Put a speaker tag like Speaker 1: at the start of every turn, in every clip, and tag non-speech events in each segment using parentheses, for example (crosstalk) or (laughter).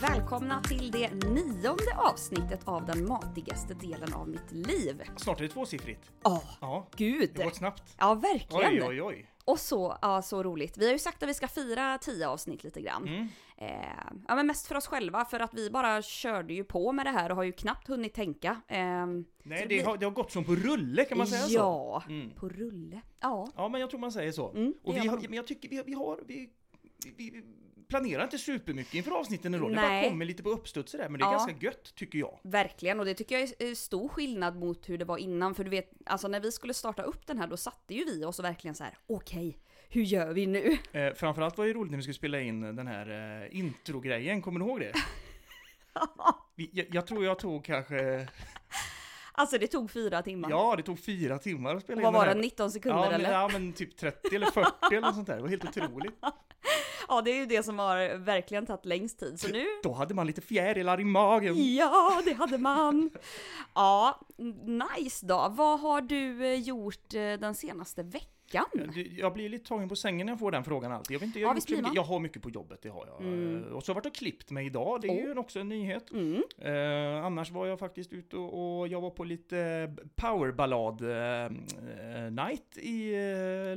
Speaker 1: välkomna till det nionde avsnittet av den matigaste delen av mitt liv.
Speaker 2: Snart är det tvåsiffrigt.
Speaker 1: Ja,
Speaker 2: Ja,
Speaker 1: gud!
Speaker 2: det har gått snabbt.
Speaker 1: Ja,
Speaker 2: Oj,
Speaker 1: verkligen!
Speaker 2: oj, oj.
Speaker 1: Och så, ja, så roligt. Vi har ju sagt att vi ska fira tio avsnitt lite grann.
Speaker 2: Mm.
Speaker 1: Eh, ja, men mest för oss själva, för att vi bara körde ju på med det här och har ju knappt hunnit tänka. Eh,
Speaker 2: Nej,
Speaker 1: Så
Speaker 2: det
Speaker 1: blir-
Speaker 2: har, det har gått som på rulle, kan man säga så?
Speaker 1: ja,
Speaker 2: Mm.
Speaker 1: på rulle. Ja.
Speaker 2: Ja, men jag tror man säger så.
Speaker 1: Mm, det
Speaker 2: Och
Speaker 1: gör
Speaker 2: vi har,
Speaker 1: man.
Speaker 2: men jag tycker vi, vi har... Vi, vi, vi planerar inte supermycket inför avsnitten ändå. Det bara
Speaker 1: Nej.
Speaker 2: kommer lite på uppstuds sådär, men det är
Speaker 1: Ja.
Speaker 2: ganska gött, tycker jag.
Speaker 1: Verkligen, och det tycker jag är eh, stor skillnad mot hur det var innan. För du vet, alltså när vi skulle starta upp den här då satte ju vi oss och verkligen så här: okej, hur gör vi nu?
Speaker 2: Eh, framförallt var det roligt när vi skulle spela in den här eh, introgrejen, kommer du
Speaker 1: (laughs)
Speaker 2: ihåg det? Vi, jag, jag tror jag tog kanske...
Speaker 1: Alltså det tog fyra timmar.
Speaker 2: Ja, det tog fyra timmar att spela
Speaker 1: och vad
Speaker 2: in den
Speaker 1: var det,
Speaker 2: här.
Speaker 1: 19 sekunder
Speaker 2: ja, men,
Speaker 1: eller?
Speaker 2: ja, men typ 30 eller 40 eller något sånt där. Det var helt otroligt.
Speaker 1: Ja, det är ju det som har verkligen tagit längst tid. Så nu,
Speaker 2: Då hade man lite fjärilar i magen.
Speaker 1: ja det hade man. Ja, nice då. Vad har du eh, gjort eh, den senaste veckan?
Speaker 2: Du, Jag blir lite tagen på sängen när jag får den frågan alltid. Jag, vet inte, jag,
Speaker 1: Ja,
Speaker 2: har
Speaker 1: visst
Speaker 2: gjort
Speaker 1: blir
Speaker 2: så mycket,
Speaker 1: man.
Speaker 2: jag har mycket på jobbet, det har jag. Eh, Och så har jag varit och klippt mig idag, det är ju också en nyhet.
Speaker 1: Mm.
Speaker 2: Eh, annars var jag faktiskt ute och, och jag var på lite powerballad-night i eh,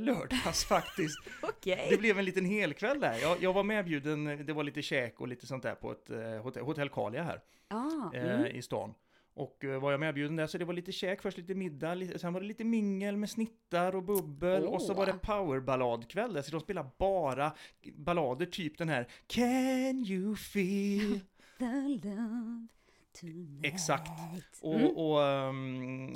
Speaker 1: (laughs)
Speaker 2: lördags faktiskt.
Speaker 1: Okej.
Speaker 2: Det blev en liten helkväll där. Jag, jag var medbjuden, det var lite käk och lite sånt där på ett eh, hotell, hotell Kalia här.
Speaker 1: Ah,
Speaker 2: eh,
Speaker 1: mm.
Speaker 2: i stan. Och eh, var jag medbjuden där, så det var lite käk, först lite middag, li- sen var det lite mingel med snittar och bubbel och så
Speaker 1: Åh.
Speaker 2: var det powerballadkväll där, så de spelade bara ballader, typ den här Can you feel?
Speaker 1: The love tonight.
Speaker 2: Exakt. Och,
Speaker 1: Mm.
Speaker 2: och ehm,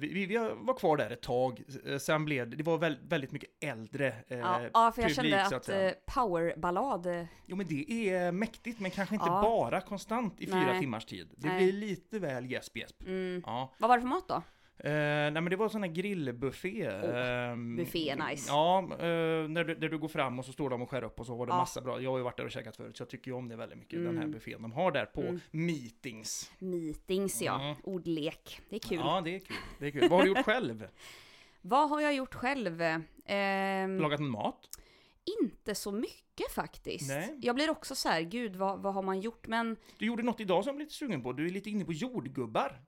Speaker 2: vi, vi var kvar där ett tag, Eh, sen blev det, det var väl, väldigt mycket äldre eh,
Speaker 1: Ja, ja, för jag
Speaker 2: publik,
Speaker 1: kände
Speaker 2: så
Speaker 1: att
Speaker 2: att säga.
Speaker 1: eh, powerballad eh,
Speaker 2: Jo men det är mäktigt, men kanske inte
Speaker 1: Ja.
Speaker 2: bara konstant i fyra
Speaker 1: Nej.
Speaker 2: timmars tid. Det
Speaker 1: Nej.
Speaker 2: blir lite väl gäsp gäsp.
Speaker 1: Mm.
Speaker 2: Ja.
Speaker 1: Vad var det för mat då?
Speaker 2: Eh, nej men det var sån här grillbuffé.
Speaker 1: Åh,
Speaker 2: Ehm,
Speaker 1: buffé är nice.
Speaker 2: Ja, eh, när, du, när du går fram och så står de och skär upp och så var det
Speaker 1: Ja.
Speaker 2: massa bra. Jag har ju varit där och käkat förut så jag tycker ju om det väldigt mycket. Den här
Speaker 1: Mm.
Speaker 2: buffén de har där på
Speaker 1: Mm.
Speaker 2: meetings.
Speaker 1: Meetings ja,
Speaker 2: Mm.
Speaker 1: ordlek. Det är kul. Mm.
Speaker 2: Ja det är kul. Det är kul. Vad har du
Speaker 1: (laughs)
Speaker 2: gjort själv?
Speaker 1: Vad har jag gjort själv? Ehm,
Speaker 2: Lagat mat?
Speaker 1: inte så mycket faktiskt.
Speaker 2: Nej.
Speaker 1: Jag blir också så här, gud vad, vad har man gjort? Men
Speaker 2: Du gjorde något idag som jag blev lite sugen på. Du är lite inne på jordgubbar.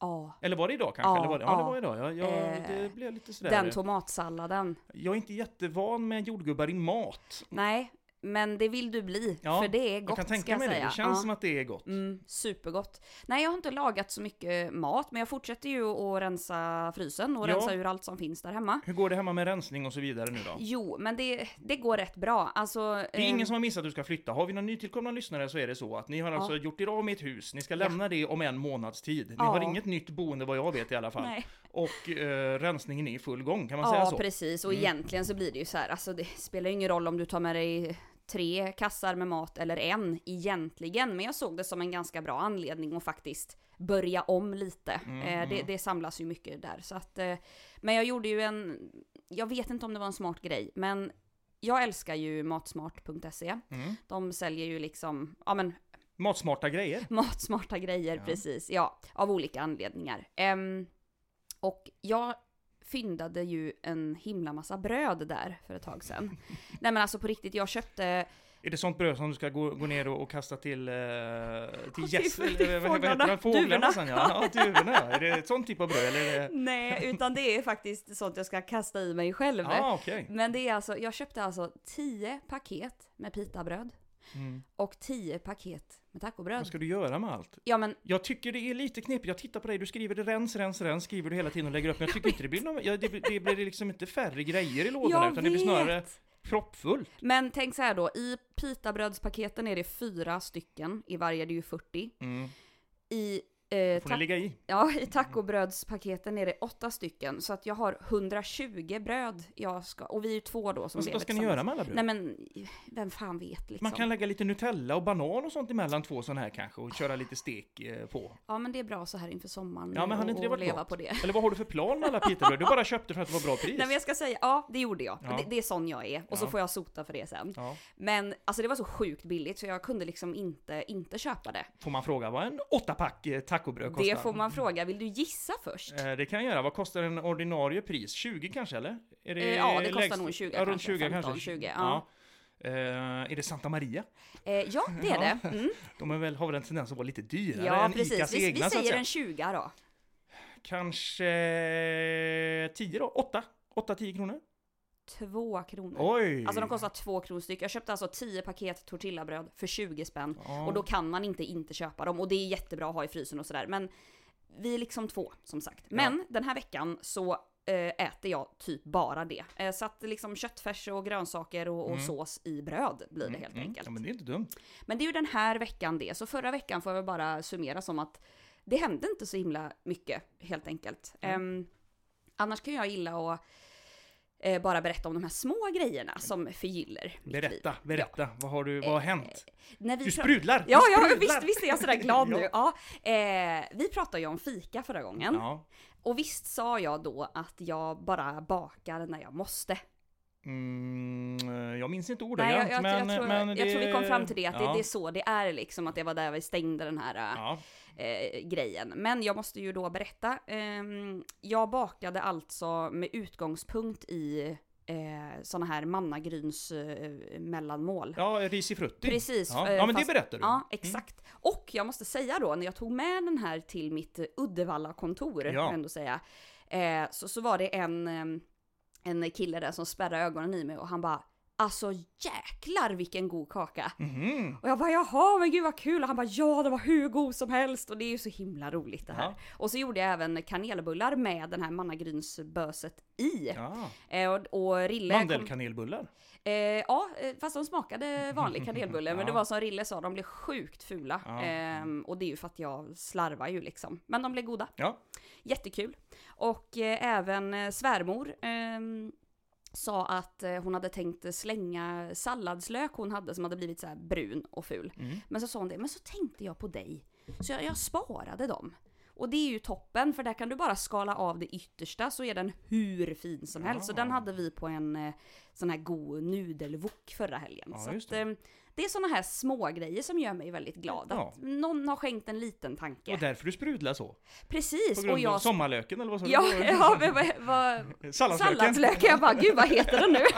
Speaker 1: ja,
Speaker 2: Eller var det idag kanske?
Speaker 1: Ja,
Speaker 2: Eller var det? Ja, det
Speaker 1: ja.
Speaker 2: var idag. Jag, jag,
Speaker 1: Eh,
Speaker 2: det Mm. blev lite sådär.
Speaker 1: den tomatsalladen.
Speaker 2: Jag är inte jättevan med jordgubbar i mat.
Speaker 1: Nej, men det vill du bli.
Speaker 2: Ja,
Speaker 1: för det är gott
Speaker 2: jag kan
Speaker 1: ska
Speaker 2: tänka
Speaker 1: jag
Speaker 2: mig det.
Speaker 1: säga.
Speaker 2: Det känns
Speaker 1: Ja.
Speaker 2: som att det är gott.
Speaker 1: Mm, supergott. Nej, jag har inte lagat så mycket mat, men jag fortsätter ju att rensa frysen och
Speaker 2: Ja.
Speaker 1: rensa ur allt som finns där hemma.
Speaker 2: Hur går det hemma med rensning och så vidare nu då?
Speaker 1: Jo, men det, det går rätt bra. Alltså,
Speaker 2: Det är
Speaker 1: ehm,
Speaker 2: ingen som har missat att du ska flytta. Har vi några nytillkomna lyssnare så är det så att ni har alltså gjort er av med ett hus. Ni ska lämna det om en månads tid. Ni
Speaker 1: Ja.
Speaker 2: har inget nytt boende vad jag vet i alla fall.
Speaker 1: Nej.
Speaker 2: Och eh, rensningen är i full gång, kan man
Speaker 1: Ja,
Speaker 2: säga så? Mm.
Speaker 1: precis. Och egentligen så blir det ju så här, alltså det spelar ju ingen roll om du tar med dig tre kassar med mat eller en egentligen. Men jag såg det som en ganska bra anledning att faktiskt börja om lite.
Speaker 2: Mm,
Speaker 1: eh, det, det samlas ju mycket där. Så att, eh, men jag gjorde ju en, jag vet inte om det var en smart grej, men jag älskar ju matsmart.se.
Speaker 2: Mm.
Speaker 1: E. De säljer ju liksom, ja men
Speaker 2: Matsmarta grejer.
Speaker 1: matsmarta grejer,
Speaker 2: Ja.
Speaker 1: precis. Ja, av olika anledningar. Ehm, och jag fyndade ju en himla massa bröd där för ett tag (laughs) sedan. Nej men alltså på riktigt, jag köpte...
Speaker 2: Är det sånt bröd som du ska gå, gå ner och, och kasta till, eh, till
Speaker 1: Och till
Speaker 2: gäss... eller vad- vad heter
Speaker 1: fåglarna,
Speaker 2: det? Fåglarna
Speaker 1: duvorna.
Speaker 2: sen ja. Ja, till duvorna ja. Är det ett sånt typ av bröd eller? Är
Speaker 1: (laughs)
Speaker 2: det...
Speaker 1: Nej, utan det är faktiskt sånt jag ska kasta i mig själv.
Speaker 2: Ja, ah, okej.
Speaker 1: Men det är alltså, jag köpte alltså 10 paket med pitabröd
Speaker 2: Mm.
Speaker 1: och 10 paket med
Speaker 2: Vad
Speaker 1: tacobröd.
Speaker 2: ska du göra med allt?
Speaker 1: Ja men
Speaker 2: Jag tycker det är lite knepigt, jag tittar på dig, du skriver det rens, rens, rens, skriver du hela tiden och lägger upp, men jag tycker inte det blir någon, ja, det, blir- det blir liksom inte färre grejer i lådorna,
Speaker 1: jag
Speaker 2: utan det blir snarare
Speaker 1: vet!
Speaker 2: proppfullt.
Speaker 1: Men tänk så här då, i pitabrödspaketen är det fyra stycken, i varje det är ju 40.
Speaker 2: Mm.
Speaker 1: I eh,
Speaker 2: Får ni ligga i?
Speaker 1: Ja, i tacobrödspaketen är det åtta stycken. Så att jag har 120 bröd jag ska... Och vi är ju två då som
Speaker 2: Alltså,
Speaker 1: lever
Speaker 2: vad ska ni
Speaker 1: tillsammans.
Speaker 2: göra med alla bröd?
Speaker 1: Nej men, vem fan vet liksom.
Speaker 2: Man kan lägga lite Nutella och banan och sånt emellan två sådana här kanske och köra lite stek eh,
Speaker 1: (laughs)
Speaker 2: på.
Speaker 1: Ja men det är bra så här inför sommaren.
Speaker 2: Ja, men hade
Speaker 1: och-
Speaker 2: inte det
Speaker 1: och
Speaker 2: varit
Speaker 1: leva
Speaker 2: gott?
Speaker 1: på det. (laughs)
Speaker 2: Eller vad har du för plan med alla pitabröd? Du bara köpte för att det var bra pris?
Speaker 1: Nej men jag ska säga, ja det gjorde jag.
Speaker 2: Ja.
Speaker 1: Det, det är sån jag är. Och så
Speaker 2: Ja.
Speaker 1: får jag sota för det sen.
Speaker 2: ja.
Speaker 1: Men alltså det var så sjukt billigt så jag kunde liksom inte, inte köpa det.
Speaker 2: Får man fråga vad en åttapack eh, tacobröd kostar?
Speaker 1: Det får man fråga, vill du gissa först?
Speaker 2: Eh, Det kan jag göra. Vad kostar en ordinarie pris? 20 kanske eller? Är
Speaker 1: Eh, ja, det kostar
Speaker 2: lägst-
Speaker 1: nog 20
Speaker 2: ja, runt
Speaker 1: kanske,
Speaker 2: 20
Speaker 1: 15,
Speaker 2: kanske.
Speaker 1: 20, ja.
Speaker 2: Eh, är det Santa Maria?
Speaker 1: Eh, ja, det är det. Mm.
Speaker 2: De är väl, har väl en tendens att vara lite dyrare
Speaker 1: Ja,
Speaker 2: än
Speaker 1: precis.
Speaker 2: Icas
Speaker 1: Vi,
Speaker 2: egna
Speaker 1: vi
Speaker 2: så att
Speaker 1: säger
Speaker 2: säga.
Speaker 1: en 20 då.
Speaker 2: Kanske 10 då? 8? 8-10 kronor?
Speaker 1: Två kronor.
Speaker 2: Oj!
Speaker 1: Alltså de kostar två kronor styck. Jag köpte alltså 10 paket tortillabröd för 20 spänn.
Speaker 2: Ja.
Speaker 1: Och då kan man inte inte köpa dem. Och det är jättebra att ha i frysen och sådär. Men vi är liksom två som sagt. Men den här veckan så eh, äter jag typ bara det. Eh, Så att liksom köttfärs och grönsaker och, och sås i bröd blir det helt
Speaker 2: Mm,
Speaker 1: enkelt.
Speaker 2: Ja, men det är inte dumt.
Speaker 1: Men det är ju den här veckan det, så förra veckan får jag väl bara summera som att det hände inte så himla mycket helt enkelt.
Speaker 2: Mm.
Speaker 1: Ehm, annars kan jag gilla att eh, bara berätta om de här små grejerna som förgyller mitt liv.
Speaker 2: Berätta, berätta. Vad har du, vad har hänt?
Speaker 1: När vi
Speaker 2: Du
Speaker 1: pra-
Speaker 2: sprudlar!
Speaker 1: Ja,
Speaker 2: du
Speaker 1: ja
Speaker 2: sprudlar.
Speaker 1: visst, visst är jag sådär
Speaker 2: (laughs)
Speaker 1: glad
Speaker 2: Ja.
Speaker 1: nu. Ja. Eh, vi pratade ju om fika förra gången.
Speaker 2: Ja.
Speaker 1: Och visst sa jag då att jag bara bakar när jag måste.
Speaker 2: Mm, eh, jag minns inte
Speaker 1: Nej,
Speaker 2: ordagrant,
Speaker 1: jag, jag,
Speaker 2: men...
Speaker 1: jag, tror,
Speaker 2: men
Speaker 1: jag tror vi kom fram till det, att
Speaker 2: ja.
Speaker 1: det, det är så det är liksom. Att det var där vi stängde den här... eh,
Speaker 2: Ja,
Speaker 1: eh, grejen. Men jag måste ju då berätta. Ehm, jag bakade alltså med utgångspunkt i eh, såna här mannagryns eh, mellanmål.
Speaker 2: ja risifrutti.
Speaker 1: Precis,
Speaker 2: Ja,
Speaker 1: eh,
Speaker 2: ja men
Speaker 1: fast-
Speaker 2: det berättar du. Mm.
Speaker 1: Ja, exakt. Och jag måste säga då, när jag tog med den här till mitt eh, Uddevalla-kontor,
Speaker 2: Ja.
Speaker 1: får jag ändå säga, eh, så, så var det en, ehm, en kille där som spärrade ögonen i mig och han bara Alltså jäklar vilken god kaka!
Speaker 2: Mhm.
Speaker 1: Och jag bara jaha men gud vad kul och han bara ja det var hur god som helst och det är ju så himla roligt det här.
Speaker 2: Ja.
Speaker 1: Och så gjorde jag även kanelbullar med den här mannagrynsböset i.
Speaker 2: Ja.
Speaker 1: Eh, och, och Rille...
Speaker 2: Mandelkanelbullar.
Speaker 1: eh, ja, eh, fast de smakade vanlig kanelbulle men det
Speaker 2: Ja.
Speaker 1: var som Rille sa, de blev sjukt fula.
Speaker 2: Ja.
Speaker 1: Ehm, och det är ju för att jag slarvar ju liksom. Men de blev goda.
Speaker 2: Ja.
Speaker 1: Jättekul. Och eh, även eh, svärmor ehm, sa att eh, hon hade tänkt slänga salladslök hon hade som hade blivit så här brun och ful.
Speaker 2: Mm.
Speaker 1: Men så sa hon det, men så tänkte jag på dig. Så jag, jag sparade dem. Och det är ju toppen för där kan du bara skala av det yttersta så är den hur fin som helst. Så
Speaker 2: Ja.
Speaker 1: den hade vi på en eh, sån här god nudelwok förra helgen.
Speaker 2: Ja,
Speaker 1: så att,
Speaker 2: just det.
Speaker 1: eh, det är såna här små grejer som gör mig väldigt glad.
Speaker 2: Ja.
Speaker 1: Att någon har skänkt en liten tanke.
Speaker 2: Och därför du sprudlar så. På
Speaker 1: Precis,
Speaker 2: grund
Speaker 1: och
Speaker 2: av
Speaker 1: jag...
Speaker 2: sommarlöken eller vad sa
Speaker 1: (laughs)
Speaker 2: du? (laughs) Eh,
Speaker 1: Ja, ja, men vad, vad,
Speaker 2: Salladslöken.
Speaker 1: Salladslöken, jag bara gud vad heter den nu? (laughs)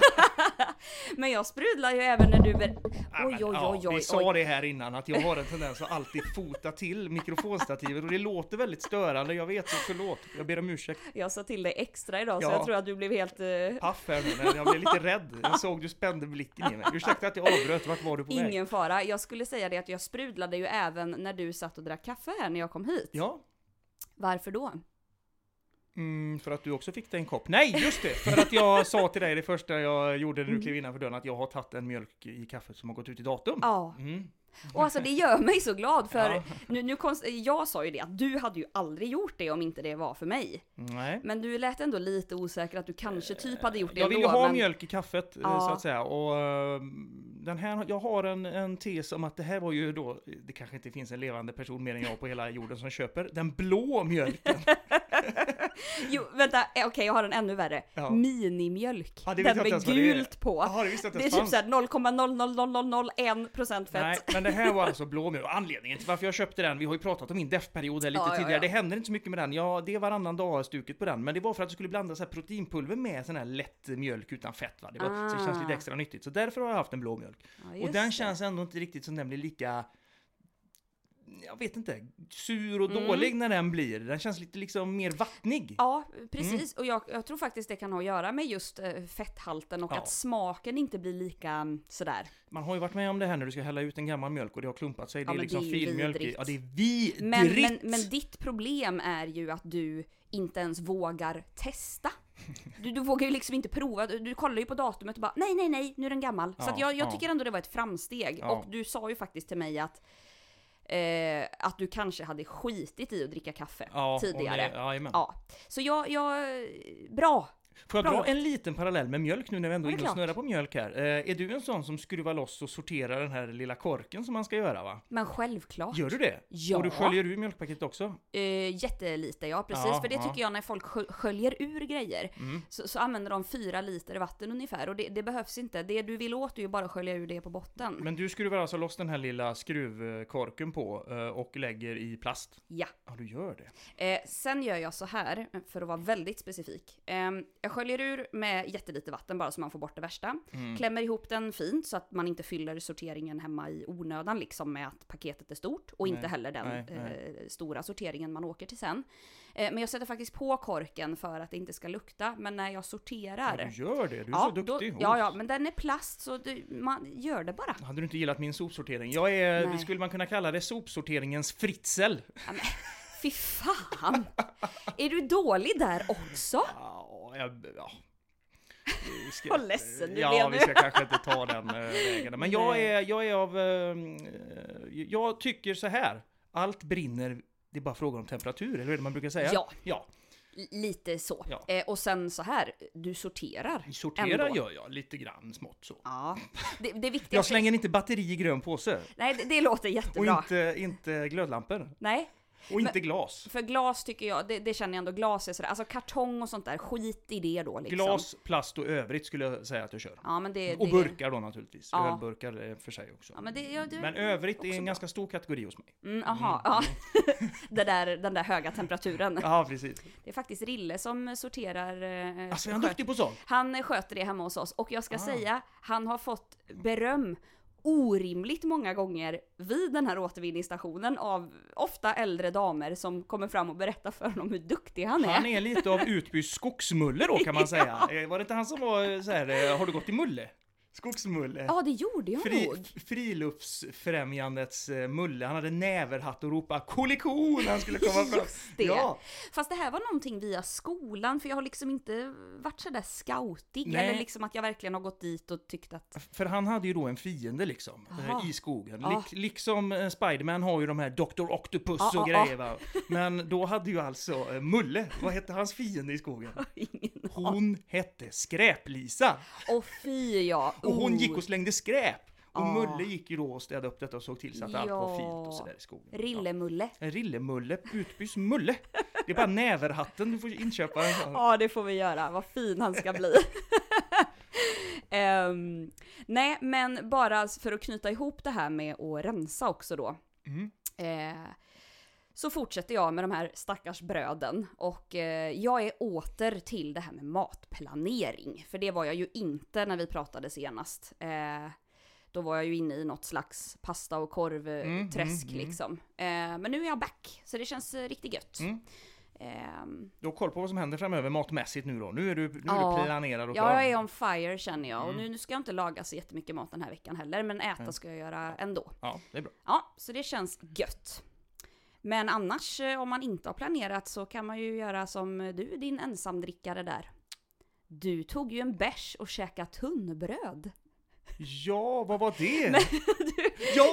Speaker 1: Men jag sprudlar ju även när du... ber-
Speaker 2: Ja,
Speaker 1: Oj,
Speaker 2: Ah, men,
Speaker 1: oj, oj,
Speaker 2: ja,
Speaker 1: oj,
Speaker 2: Vi
Speaker 1: oj.
Speaker 2: sa det här innan, att jag har en tendens att alltid fota till mikrofonstativet och det låter väldigt störande, jag vet, så förlåt. Jag ber om ursäkt.
Speaker 1: Jag sa till dig extra idag så
Speaker 2: Ja.
Speaker 1: jag tror att du blev helt... eh,
Speaker 2: Paff här nu, men jag blev lite rädd. Jag såg du spände blicken i mig. Ursäkta att jag avbröt, vart var du på väg?
Speaker 1: Ingen fara. Jag skulle säga det att jag sprudlade ju även när du satt och drack kaffe här när jag kom hit.
Speaker 2: Ja,
Speaker 1: Varför då?
Speaker 2: mm, för att du också fick dig en kopp. Nej, just det! För att jag sa till dig det första jag gjorde när du klev innanför dörren, att jag har tagit en mjölk i kaffet som har gått ut i datum.
Speaker 1: Ja,
Speaker 2: Mm.
Speaker 1: och alltså det gör mig så glad för
Speaker 2: Ja.
Speaker 1: nu, nu konst... jag sa ju det att du hade ju aldrig gjort det om inte det var för mig.
Speaker 2: Nej.
Speaker 1: Men du lät ändå lite osäker att du kanske typ hade gjort det
Speaker 2: Eh, Jag vill ju
Speaker 1: ändå,
Speaker 2: ha
Speaker 1: men...
Speaker 2: mjölk i kaffet eh,
Speaker 1: Ja.
Speaker 2: så att säga. Och eh, den här, jag har en, en tes om att det här var ju då, det kanske inte finns en levande person mer än jag på hela jorden som köper den
Speaker 1: (laughs)
Speaker 2: blå mjölken.
Speaker 1: Jo, vänta, eh, okej jag har en ännu värre.
Speaker 2: Ja.
Speaker 1: Minimjölk.
Speaker 2: Ja, det vet
Speaker 1: Den
Speaker 2: jag inte
Speaker 1: med
Speaker 2: ens vad det är.
Speaker 1: gult på.
Speaker 2: Jaha, det visste jag
Speaker 1: Det
Speaker 2: inte
Speaker 1: är
Speaker 2: ens
Speaker 1: typ
Speaker 2: fanns.
Speaker 1: såhär 0,00001% fett.
Speaker 2: Nej, men det här
Speaker 1: (laughs)
Speaker 2: var alltså blå mjölk. Och Anledningen till varför jag köpte den, vi har ju pratat om min DEF-period här lite
Speaker 1: Ja, ja,
Speaker 2: tidigare.
Speaker 1: ja.
Speaker 2: Det händer inte så mycket med den. Ja, det är varannan dag-stuket på den. Men det var för att du skulle blanda så här proteinpulver med sån här lätt mjölk utan fett. Va? Det, var, så det känns lite
Speaker 1: Ah.
Speaker 2: extra nyttigt. Så därför har jag haft en blå mjölk.
Speaker 1: Ja,
Speaker 2: Och
Speaker 1: just
Speaker 2: den
Speaker 1: det.
Speaker 2: känns ändå inte riktigt som den blir lika jag vet inte, sur och
Speaker 1: Mm.
Speaker 2: dålig när den blir. Den känns lite liksom mer vattnig.
Speaker 1: Ja,
Speaker 2: Mm.
Speaker 1: precis. Och jag, jag tror faktiskt det kan ha att göra med just eh, fetthalten och
Speaker 2: Ja.
Speaker 1: att smaken inte blir lika mm, sådär.
Speaker 2: Man har ju varit med om det här när du ska hälla ut en gammal mjölk och det har klumpat sig. Det
Speaker 1: Ja,
Speaker 2: är
Speaker 1: men
Speaker 2: liksom
Speaker 1: det är ju
Speaker 2: filmjölk i.
Speaker 1: vidrigt.
Speaker 2: Ja, det är vidrigt!
Speaker 1: Men, men, men ditt problem är ju att du inte ens vågar testa. Du, du vågar ju liksom inte prova. Du, du kollar ju på datumet och bara nej, nej, nej, nu är den gammal. Så
Speaker 2: Ja,
Speaker 1: att jag, jag
Speaker 2: ja.
Speaker 1: tycker ändå det var ett framsteg.
Speaker 2: Ja.
Speaker 1: Och du sa ju faktiskt till mig att, eh, att du kanske hade skitit i att dricka kaffe
Speaker 2: ja, om
Speaker 1: tidigare.
Speaker 2: Det, ja, ja.
Speaker 1: Ja, så jag, jag, bra.
Speaker 2: Får jag
Speaker 1: Bra
Speaker 2: dra
Speaker 1: jobbat.
Speaker 2: en liten parallell med mjölk nu när vi ändå
Speaker 1: Ja,
Speaker 2: är
Speaker 1: det är
Speaker 2: inne och
Speaker 1: klart.
Speaker 2: snurrar på mjölk här? Eh, är du en sån som skruvar loss och sorterar den här lilla korken som man ska göra va?
Speaker 1: Men självklart.
Speaker 2: Gör du det?
Speaker 1: Ja.
Speaker 2: Och du sköljer ur mjölkpaketet också?
Speaker 1: Eh, jättelite, ja precis.
Speaker 2: Ja,
Speaker 1: för det
Speaker 2: ja.
Speaker 1: tycker jag när folk skö- sköljer ur grejer.
Speaker 2: Mm.
Speaker 1: Så, så använder de fyra liter vatten ungefär. Och det, det behövs inte. Det du vill åt är ju bara att skölja ur det på botten.
Speaker 2: Men du skruvar alltså loss den här lilla skruvkorken på eh, och lägger i plast?
Speaker 1: Ja.
Speaker 2: Ja, du gör det.
Speaker 1: Eh, sen gör jag så här, för att vara väldigt specifik. Eh, Jag sköljer ur med jättelite vatten bara så man får bort det värsta.
Speaker 2: Mm.
Speaker 1: Klämmer ihop den fint så att man inte fyller sorteringen hemma i onödan liksom med att paketet är stort och inte
Speaker 2: Nej,
Speaker 1: heller den
Speaker 2: nej, nej.
Speaker 1: Eh, stora sorteringen man åker till sen. Eh, men jag sätter faktiskt på korken för att det inte ska lukta. Men när jag sorterar.
Speaker 2: Ja, du gör det, du är så
Speaker 1: då-
Speaker 2: duktig.
Speaker 1: ja,
Speaker 2: Oh.
Speaker 1: ja, men den är plast så du, man gör det bara.
Speaker 2: Hade du inte gillat min sopsortering? Jag är,
Speaker 1: Nej.
Speaker 2: skulle man kunna kalla det sopsorteringens fritzel?
Speaker 1: Fy fan! är du dålig där också?
Speaker 2: Ja, jag, ja. Vi ska,
Speaker 1: Vad ledsen du
Speaker 2: Ja,
Speaker 1: blev
Speaker 2: vi
Speaker 1: nu.
Speaker 2: ska kanske inte ta den eh, vägen. Men jag
Speaker 1: Nej.
Speaker 2: är, jag är av... eh, jag tycker så här. Allt brinner, det är bara frågan om temperatur, eller hur är det man brukar säga?
Speaker 1: Ja.
Speaker 2: ja.
Speaker 1: L- Lite så.
Speaker 2: Ja.
Speaker 1: Eh, och sen så här, du sorterar.
Speaker 2: Sortera
Speaker 1: Ändå.
Speaker 2: gör jag, lite grann smått så.
Speaker 1: Ja, det, det är
Speaker 2: Jag
Speaker 1: viktigt.
Speaker 2: slänger inte batteri i grön påse.
Speaker 1: Nej, det, det låter
Speaker 2: Och
Speaker 1: jättebra.
Speaker 2: inte, inte glödlampor.
Speaker 1: Nej,
Speaker 2: Och inte glas.
Speaker 1: för glas tycker jag, det, det känner jag ändå, glas är sådär, alltså kartong och sånt där, skit i det då liksom.
Speaker 2: Glas, plast och övrigt skulle jag säga att jag kör.
Speaker 1: Ja men det...
Speaker 2: Och
Speaker 1: det-
Speaker 2: burkar då naturligtvis.
Speaker 1: Ja.
Speaker 2: Ölburkar eh, för sig också.
Speaker 1: Ja, men, det, ja, det,
Speaker 2: Men övrigt är
Speaker 1: också
Speaker 2: en
Speaker 1: bra.
Speaker 2: ganska stor kategori hos mig.
Speaker 1: Mm, aha, ja. (laughs) det där, den där höga temperaturen.
Speaker 2: mm. Ja, precis.
Speaker 1: Det är faktiskt Rille som sorterar... eh,
Speaker 2: Alltså är han
Speaker 1: sköter-
Speaker 2: duktig på sånt?
Speaker 1: Han sköter det hemma hos oss och jag ska
Speaker 2: Ah.
Speaker 1: säga, han har fått beröm orimligt många gånger vid den här återvinningsstationen av ofta äldre damer som kommer fram och berättar för honom hur duktig han är.
Speaker 2: Han är lite av Utby skogsmulle då
Speaker 1: (laughs)
Speaker 2: kan man säga. Eh, Var det inte han som var eh, så här, eh, har du gått i mulle? Skogsmulle.
Speaker 1: Ja, det gjorde jag nog.
Speaker 2: Fri, friluftsfrämjandets eh, mulle. Han hade näverhatt och ropade kollision när han skulle komma
Speaker 1: (laughs)
Speaker 2: fram.
Speaker 1: Just det.
Speaker 2: Ja.
Speaker 1: Fast det här var någonting via skolan, för jag har liksom inte varit sådär scoutig.
Speaker 2: Nej.
Speaker 1: Eller liksom att jag verkligen har gått dit och tyckt att...
Speaker 2: För han hade ju då en fiende liksom, eh,
Speaker 1: Aha.
Speaker 2: i skogen.
Speaker 1: Ja.
Speaker 2: Lik, liksom eh, Spiderman har ju de här Dr. Octopus
Speaker 1: Ja,
Speaker 2: och
Speaker 1: ja, ja.
Speaker 2: grejer va. Men då hade ju alltså eh, Mulle, vad hette hans fiende i skogen?
Speaker 1: (laughs) Ingen...
Speaker 2: Hon hette Skräplisa!
Speaker 1: Och fy ja!
Speaker 2: Och hon
Speaker 1: Oh.
Speaker 2: gick och slängde skräp! Och
Speaker 1: Ah.
Speaker 2: Mulle gick ju då och städade upp detta och såg till så att allt var
Speaker 1: Ja.
Speaker 2: fint och sådär i skogen.
Speaker 1: Rillemulle.
Speaker 2: Ja. En Rillemulle, Utbys Mulle! Det är bara näverhatten du får inköpa. en
Speaker 1: (laughs)
Speaker 2: sån.
Speaker 1: Ja, det får vi göra. Vad fin han ska bli. (laughs) Ehm, nej, men bara för att knyta ihop det här med att rensa också då.
Speaker 2: Mm.
Speaker 1: Eh, så fortsätter jag med de här stackars bröden och eh, jag är åter till det här med matplanering. För det var jag ju inte när vi pratade senast. Eh, då var jag ju inne i något slags pasta och
Speaker 2: Mm,
Speaker 1: korvträsk
Speaker 2: mm, mm.
Speaker 1: liksom. Eh, men nu är jag back, så det känns eh, riktigt gött.
Speaker 2: Mm.
Speaker 1: Ehm,
Speaker 2: Du har koll på vad som händer framöver matmässigt nu då? Nu är du, nu är
Speaker 1: Ja.
Speaker 2: du planerad och
Speaker 1: Ja,
Speaker 2: klar.
Speaker 1: jag är on fire känner jag. Och
Speaker 2: Mm.
Speaker 1: nu, nu ska jag inte laga så jättemycket mat den här veckan heller, men äta
Speaker 2: Nej.
Speaker 1: ska jag göra ändå.
Speaker 2: ja, det är bra.
Speaker 1: Ja, så det känns gött. Men annars, eh, om man inte har planerat så kan man ju göra som eh, du, din ensamdrickare där. Du tog ju en bärs och käkade tunnbröd.
Speaker 2: Ja, vad var
Speaker 1: (laughs)
Speaker 2: det?
Speaker 1: Du,
Speaker 2: Ja,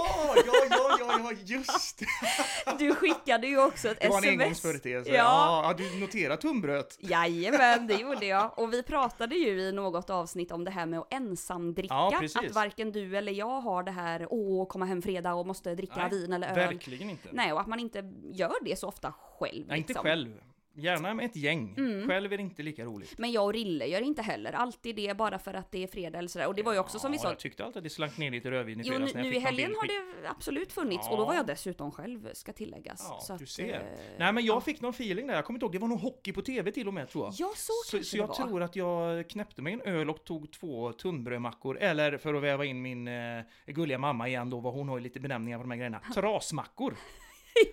Speaker 2: ja, ja, ja, ja, just det!
Speaker 1: du skickade ju också ett
Speaker 2: Det
Speaker 1: (laughs)
Speaker 2: var en
Speaker 1: sms.
Speaker 2: engångsföreteelse.
Speaker 1: Ja.
Speaker 2: Ja. ja, du noterar tunnbrödet.
Speaker 1: Jajamän, det gjorde jag. Och vi pratade ju i något avsnitt om det här med att ensamdricka.
Speaker 2: Ja, precis.
Speaker 1: att varken du eller jag har det här, åh, komma hem fredag och måste dricka
Speaker 2: Nej,
Speaker 1: vin eller öl.
Speaker 2: Verkligen inte. Nej,
Speaker 1: Nej, och att man inte gör det så ofta själv.
Speaker 2: inte
Speaker 1: liksom. Mm.
Speaker 2: själv. Gärna med ett gäng. Själv är det inte lika roligt.
Speaker 1: Men jag och Rille gör inte heller alltid det bara för att det är fredag eller sådär. Och det var ju också som vi
Speaker 2: Ja,
Speaker 1: sa.
Speaker 2: Jag tyckte alltid att det slank ner lite rödvin i
Speaker 1: Jo, nu,
Speaker 2: fredags när jag
Speaker 1: nu i
Speaker 2: fick någon
Speaker 1: helgen
Speaker 2: bild
Speaker 1: har
Speaker 2: skick-
Speaker 1: det absolut funnits. Och då var
Speaker 2: Ja.
Speaker 1: jag dessutom själv, ska tilläggas.
Speaker 2: Ja,
Speaker 1: Så
Speaker 2: du
Speaker 1: att,
Speaker 2: ser.
Speaker 1: eh,
Speaker 2: Nej, men jag fick någon feeling där. Jag kommer inte ihåg. Det var nog hockey på tv till och med tror jag.
Speaker 1: Ja, så
Speaker 2: Så,
Speaker 1: kanske
Speaker 2: så
Speaker 1: det
Speaker 2: jag
Speaker 1: var.
Speaker 2: tror att jag knäppte mig en öl och tog två tunnbrödmackor, eller för att väva in min eh, gulliga mamma igen då, vad hon har ju lite benämningar på de här grejerna,
Speaker 1: (laughs)
Speaker 2: trasmackor!
Speaker 1: (laughs)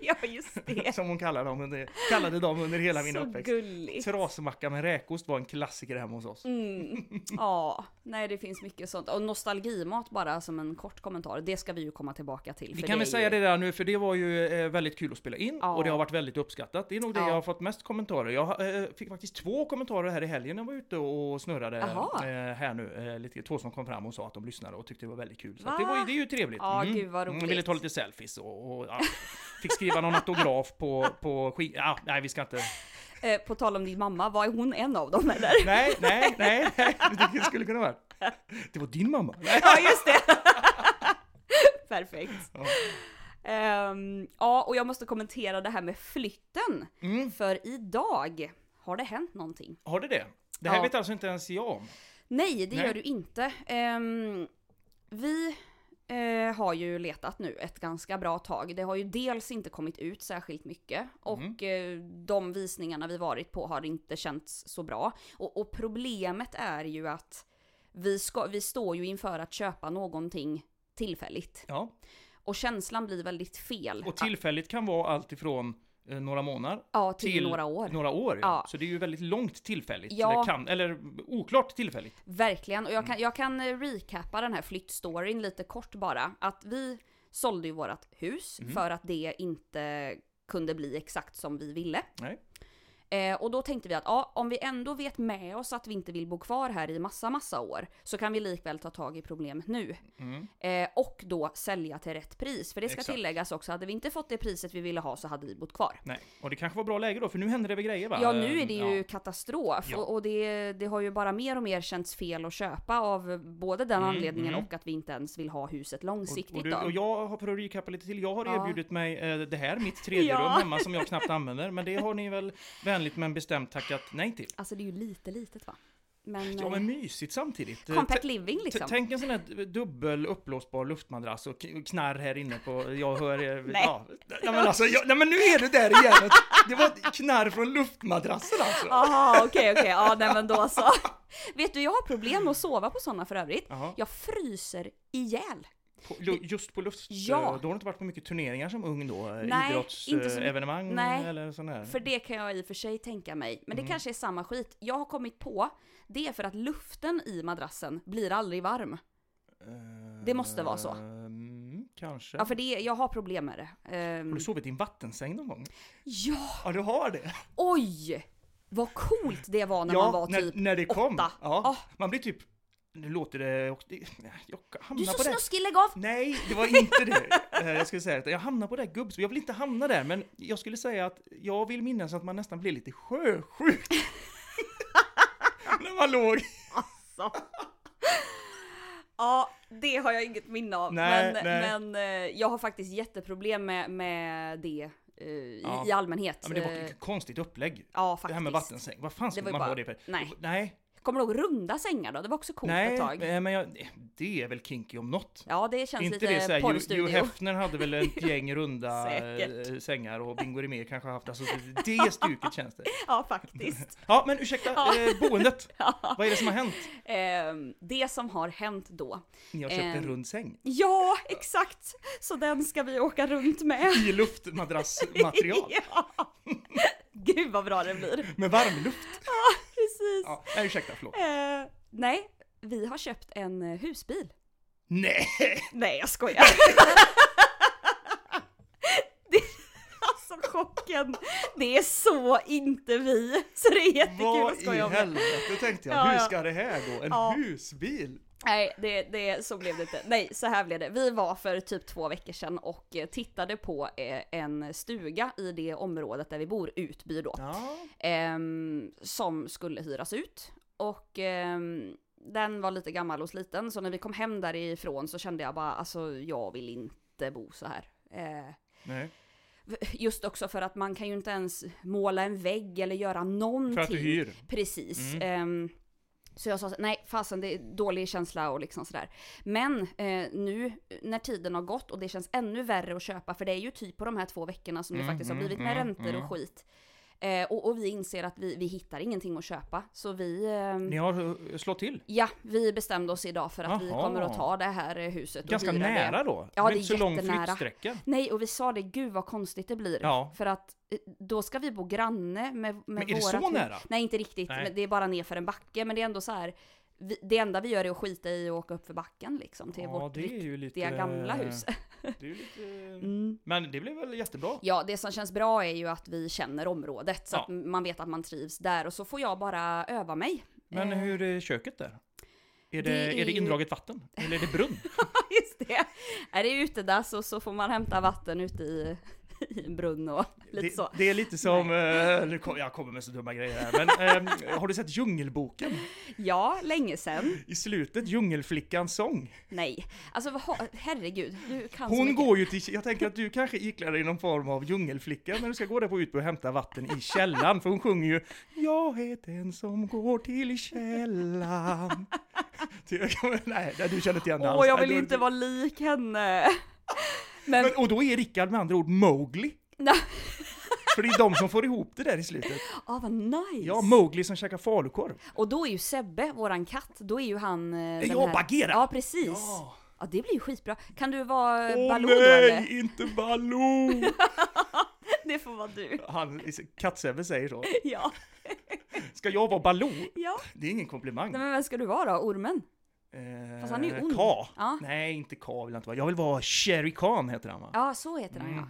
Speaker 1: ja, just det.
Speaker 2: som hon kallar dem under, kallade dem under (laughs) hela min
Speaker 1: så
Speaker 2: uppväxt.
Speaker 1: gulligt.
Speaker 2: Trasmacka med räkost var en klassiker hemma hos oss.
Speaker 1: Mm.
Speaker 2: (laughs)
Speaker 1: Ja, nej det finns mycket sånt. Och nostalgimat bara som en kort kommentar. Det ska vi ju komma tillbaka till.
Speaker 2: Vi
Speaker 1: för
Speaker 2: kan
Speaker 1: är
Speaker 2: väl
Speaker 1: ju-
Speaker 2: säga det där nu, för det var ju eh, väldigt kul att spela in
Speaker 1: Ja.
Speaker 2: och det har varit väldigt uppskattat. Det är nog det
Speaker 1: Ja.
Speaker 2: jag har fått mest kommentarer. Jag eh, fick faktiskt två kommentarer här i helgen när jag var ute och snurrade
Speaker 1: Jaha.
Speaker 2: eh, här nu. Eh, lite två som kom fram och sa att de lyssnade och tyckte det var väldigt kul. Så
Speaker 1: Va?
Speaker 2: att det, var, ju- det är ju trevligt.
Speaker 1: Ja, gud vad
Speaker 2: Mm,
Speaker 1: roligt.
Speaker 2: Ville ta lite selfies och, och ja. fick skriva någon autograf på, på skit. Ja, nej, vi ska inte.
Speaker 1: Eh, på tal om din mamma, var hon en av dem eller?
Speaker 2: Nej, nej, nej, nej. Det skulle kunna vara. Det var din mamma. Nej.
Speaker 1: Ja, just det! (laughs) Perfekt.
Speaker 2: Ja.
Speaker 1: Ehm, ja, och jag måste kommentera det här med flytten.
Speaker 2: Mm.
Speaker 1: För idag har det hänt någonting.
Speaker 2: Har det det? Det här
Speaker 1: Ja.
Speaker 2: vet alltså inte ens jag om.
Speaker 1: Nej, det
Speaker 2: Nej.
Speaker 1: gör du inte. Ehm, vi eh, har ju letat nu ett ganska bra tag. Det har ju dels inte kommit ut särskilt mycket och
Speaker 2: Mm.
Speaker 1: eh, de visningarna vi varit på har inte känts så bra. Och, och problemet är ju att vi, ska, vi står ju inför att köpa någonting tillfälligt.
Speaker 2: Ja.
Speaker 1: Och känslan blir väldigt fel.
Speaker 2: Och tillfälligt kan vara allt ifrån eh, några månader
Speaker 1: ja, till,
Speaker 2: till-
Speaker 1: några år.
Speaker 2: Några år, ja.
Speaker 1: Ja.
Speaker 2: Så det är ju väldigt långt tillfälligt.
Speaker 1: Ja.
Speaker 2: Eller, kan, eller oklart tillfälligt.
Speaker 1: Verkligen, och jag
Speaker 2: Mm.
Speaker 1: kan, jag kan eh, recappa den här flyttstoryn lite kort bara. Att vi sålde ju vårat hus
Speaker 2: Mm.
Speaker 1: för att det inte kunde bli exakt som vi ville.
Speaker 2: Nej.
Speaker 1: Eh, och då tänkte vi att ja, om vi ändå vet med oss att vi inte vill bo kvar här i massa, massa år så kan vi likväl ta tag i problemet nu.
Speaker 2: Mm.
Speaker 1: Eh, och då sälja till rätt pris. För det ska
Speaker 2: Exakt.
Speaker 1: tilläggas också, hade vi inte fått det priset vi ville ha så hade vi bott kvar.
Speaker 2: Nej. Och det kanske var bra läge då, för nu händer det väl grejer va? Ehm,
Speaker 1: Ja, nu är det
Speaker 2: eh, Ja.
Speaker 1: ju katastrof
Speaker 2: Ja.
Speaker 1: och, och det, det har ju bara mer och mer känts fel att köpa av både den
Speaker 2: Mm,
Speaker 1: anledningen
Speaker 2: mm.
Speaker 1: och att vi inte ens vill ha huset
Speaker 2: Och,
Speaker 1: långsiktigt.
Speaker 2: och, du,
Speaker 1: då.
Speaker 2: och jag, har- för att recappa lite till, jag har
Speaker 1: Ja.
Speaker 2: erbjudit mig eh, det här, mitt
Speaker 1: (laughs)
Speaker 2: tredje
Speaker 1: Ja.
Speaker 2: rum hemma som jag knappt använder. Men det har ni väl vänligt men bestämt tackat nej till.
Speaker 1: Alltså det är ju lite litet va? Men,
Speaker 2: Ja
Speaker 1: eh,
Speaker 2: men mysigt samtidigt. Eh,
Speaker 1: compact
Speaker 2: t-
Speaker 1: living
Speaker 2: t-
Speaker 1: liksom.
Speaker 2: Tänk en sån här dubbel uppblåsbar luftmadrass och k- knarr här inne på, jag hör er.
Speaker 1: (laughs) Nej.
Speaker 2: Ja, nej men alltså, jag, nej men nu är du där igen! Det var ett knarr från luftmadrassen alltså!
Speaker 1: Jaha okej okej, ja nej men då så. (laughs) Vet du jag har problem med att sova på sådana för övrigt.
Speaker 2: Jaha.
Speaker 1: Jag fryser ihjäl.
Speaker 2: På, lu- just på luft?
Speaker 1: Ja.
Speaker 2: eh, Då har du inte varit på mycket turneringar som ung då? Eh,
Speaker 1: Nej, inte så mycket.
Speaker 2: Idrottsevenemang
Speaker 1: Nej.
Speaker 2: eller sån här?
Speaker 1: För det kan jag i och för sig tänka mig. Men det
Speaker 2: Mm.
Speaker 1: kanske är samma skit. Jag har kommit på, det är för att luften i madrassen blir aldrig varm. det måste vara så.
Speaker 2: Mm, kanske.
Speaker 1: Ja för det, jag har problem med det. Ehm,
Speaker 2: Har du sovit i en vattensäng någon gång?
Speaker 1: ja!
Speaker 2: Ja, du har det!
Speaker 1: Oj! Vad coolt det var när
Speaker 2: ja,
Speaker 1: man var typ...
Speaker 2: när, när det kom.
Speaker 1: åtta.
Speaker 2: Ja.
Speaker 1: Ah.
Speaker 2: Man blir typ... Nu låter det... och det- Jag
Speaker 1: Du
Speaker 2: hamnar
Speaker 1: är så
Speaker 2: på det.
Speaker 1: snuskig, lägg av!
Speaker 2: Nej, det var inte det. Eh, Jag skulle säga att jag hamnar på det här gubbs... Jag vill inte hamna där, men jag skulle säga att jag vill minnas att man nästan blev lite (laughs) sjösjuk. när man låg...
Speaker 1: Alltså. Ja, det har jag inget minne av.
Speaker 2: Nej,
Speaker 1: men
Speaker 2: nej.
Speaker 1: men eh, jag har faktiskt jätteproblem med, med det eh, i,
Speaker 2: Ja.
Speaker 1: i allmänhet.
Speaker 2: Ja, men det var
Speaker 1: Eh,
Speaker 2: ett konstigt upplägg.
Speaker 1: ja, faktiskt.
Speaker 2: Det här med vattensäng, vad fan
Speaker 1: Det var
Speaker 2: skulle
Speaker 1: ju
Speaker 2: man
Speaker 1: bara-
Speaker 2: ha det för?
Speaker 1: nej.
Speaker 2: Nej,
Speaker 1: Kommer du ihåg runda sängar då? Det var också coolt ett tag.
Speaker 2: nej eh, men jag, det är väl kinky om något.
Speaker 1: Ja, det känns
Speaker 2: inte det
Speaker 1: lite
Speaker 2: såhär, Hugh-
Speaker 1: porrstudio.
Speaker 2: Hugh Hefner hade väl (laughs) ett gäng runda
Speaker 1: Säkert.
Speaker 2: eh, sängar och Bingo Rimér kanske har haft, alltså det stuket känns (laughs) det.
Speaker 1: (laughs) ja, faktiskt. (laughs)
Speaker 2: Ja men ursäkta,
Speaker 1: Ja.
Speaker 2: eh, (laughs) boendet,
Speaker 1: Ja.
Speaker 2: vad är det som har hänt?
Speaker 1: Ehm, det som har hänt då.
Speaker 2: Ni har köpt en
Speaker 1: Ehm.
Speaker 2: rund säng
Speaker 1: Ja, exakt! Så den ska vi åka runt med.
Speaker 2: i luftmadrassmaterial
Speaker 1: (laughs) Ja. Gud vad bra det blir.
Speaker 2: med varmluft.
Speaker 1: Precis.
Speaker 2: Ja, nej ursäkta, förlåt.
Speaker 1: Eh, nej, vi har köpt en eh, husbil.
Speaker 2: Nej!
Speaker 1: (laughs) Nej, jag skojar. (laughs) det, alltså chocken. Det är så inte vi. Så det är jättekul
Speaker 2: Vad
Speaker 1: att
Speaker 2: i
Speaker 1: skoja om det.
Speaker 2: helvete tänkte jag,
Speaker 1: Ja,
Speaker 2: hur
Speaker 1: ja.
Speaker 2: ska det här gå? En
Speaker 1: Ja.
Speaker 2: husbil?
Speaker 1: Nej, det, det, så blev det inte. Nej, så här blev det. Vi var för typ två veckor sedan och eh, tittade på eh, en stuga i det området där vi bor, Utby då.
Speaker 2: Ja,
Speaker 1: ehm, som skulle hyras ut. Och ehm, den var lite gammal och sliten, så när vi kom hem därifrån så kände jag bara, alltså jag vill inte bo så här. Eh,
Speaker 2: nej.
Speaker 1: just också för att man kan ju inte ens måla en vägg eller göra någonting.
Speaker 2: För att du hyr.
Speaker 1: Precis.
Speaker 2: Mm.
Speaker 1: Ehm, så jag sa så, nej fasen det är dålig känsla och liksom sådär. Men eh, nu när tiden har gått och det känns ännu värre att köpa för det är ju typ på de här två veckorna som det
Speaker 2: Mm,
Speaker 1: faktiskt har
Speaker 2: mm,
Speaker 1: blivit med
Speaker 2: mm,
Speaker 1: räntor
Speaker 2: mm.
Speaker 1: och skit. Eh, och, och vi inser att vi, vi hittar ingenting att köpa så vi ehm,
Speaker 2: Ni har eh, slått till.
Speaker 1: Ja, vi bestämde oss idag för att vi
Speaker 2: Jaha.
Speaker 1: kommer att ta det här eh, huset och
Speaker 2: Ganska
Speaker 1: hyra det.
Speaker 2: nära då.
Speaker 1: Ja,
Speaker 2: Men
Speaker 1: det är
Speaker 2: inte så lång
Speaker 1: jättenära.
Speaker 2: flyttsträcka.
Speaker 1: Nej, och vi sa det, gud vad konstigt det blir.
Speaker 2: Ja.
Speaker 1: För att eh, då ska vi bo granne med, med
Speaker 2: Men är det
Speaker 1: vårat
Speaker 2: så
Speaker 1: hus.
Speaker 2: nära?
Speaker 1: Nej, inte riktigt.
Speaker 2: Nej.
Speaker 1: Men det är bara ner för en backe. Men det är ändå så här, vi, det enda vi gör är att skita i och åka upp för backen liksom till vårt riktiga
Speaker 2: ju lite...
Speaker 1: gamla hus.
Speaker 2: (laughs)
Speaker 1: (laughs)
Speaker 2: Det är ju lite...
Speaker 1: Mm.
Speaker 2: Men det blev väl jättebra?
Speaker 1: Ja, det som känns bra är ju att vi känner området så
Speaker 2: Ja.
Speaker 1: att man vet att man trivs där och så får jag bara öva mig.
Speaker 2: Men
Speaker 1: Eh,
Speaker 2: hur är köket där? Är det,
Speaker 1: det är
Speaker 2: är det
Speaker 1: ju-
Speaker 2: indraget vatten? Eller är det brunn?
Speaker 1: (laughs) Just det. Är det utedass och så får man hämta vatten ute i, (laughs) i en brunn och (laughs) lite
Speaker 2: det,
Speaker 1: så.
Speaker 2: det är lite som... eh, nu kom, jag kommer med så dumma grejer här. Men ehm, har du sett Djungelboken?
Speaker 1: Ja, länge sen.
Speaker 2: I slutet, Djungelflickans sång.
Speaker 1: Nej, alltså vad har- herregud, du kan så
Speaker 2: Hon
Speaker 1: mycket.
Speaker 2: går ju till... Jag tänker att du kanske iklär dig någon form av djungelflicka när du ska gå där på Utby och hämta vatten i källan. (laughs) För hon sjunger ju Jag är den som går till källan. till, (laughs) nej, du känner inte igen det
Speaker 1: Åh,
Speaker 2: alls.
Speaker 1: jag
Speaker 2: Nej,
Speaker 1: vill
Speaker 2: det var-
Speaker 1: inte vara lik
Speaker 2: (laughs)
Speaker 1: henne. Men,
Speaker 2: Men, och då är Rickard med andra ord Mowgli.
Speaker 1: Nej.
Speaker 2: (laughs) För det är de som får ihop det där i slutet.
Speaker 1: ah, vad nice!
Speaker 2: Ja, Mowgli som käkar falukorv.
Speaker 1: och då är ju Sebbe, våran katt, då är ju han... eh, den
Speaker 2: Ja, Bagheera.
Speaker 1: Ja, precis. Ja.
Speaker 2: Ja.
Speaker 1: det blir ju skitbra. Kan du vara eh,
Speaker 2: Åh
Speaker 1: Baloo eh, då eller? (laughs)
Speaker 2: nej, inte Baloo!
Speaker 1: Det får vara du.
Speaker 2: Han, Kattsäve säger så.
Speaker 1: Ja.
Speaker 2: Ska jag vara Baloo?
Speaker 1: ja.
Speaker 2: Det är ingen komplimang.
Speaker 1: Nej, men vem ska du vara då? Ormen?
Speaker 2: Eh,
Speaker 1: fast han är ju ond.
Speaker 2: Ka.
Speaker 1: Ja.
Speaker 2: Nej, inte Ka vill jag inte vara. Jag vill vara Sherry Khan heter han va?
Speaker 1: Ja, så heter han
Speaker 2: Mm.
Speaker 1: ja.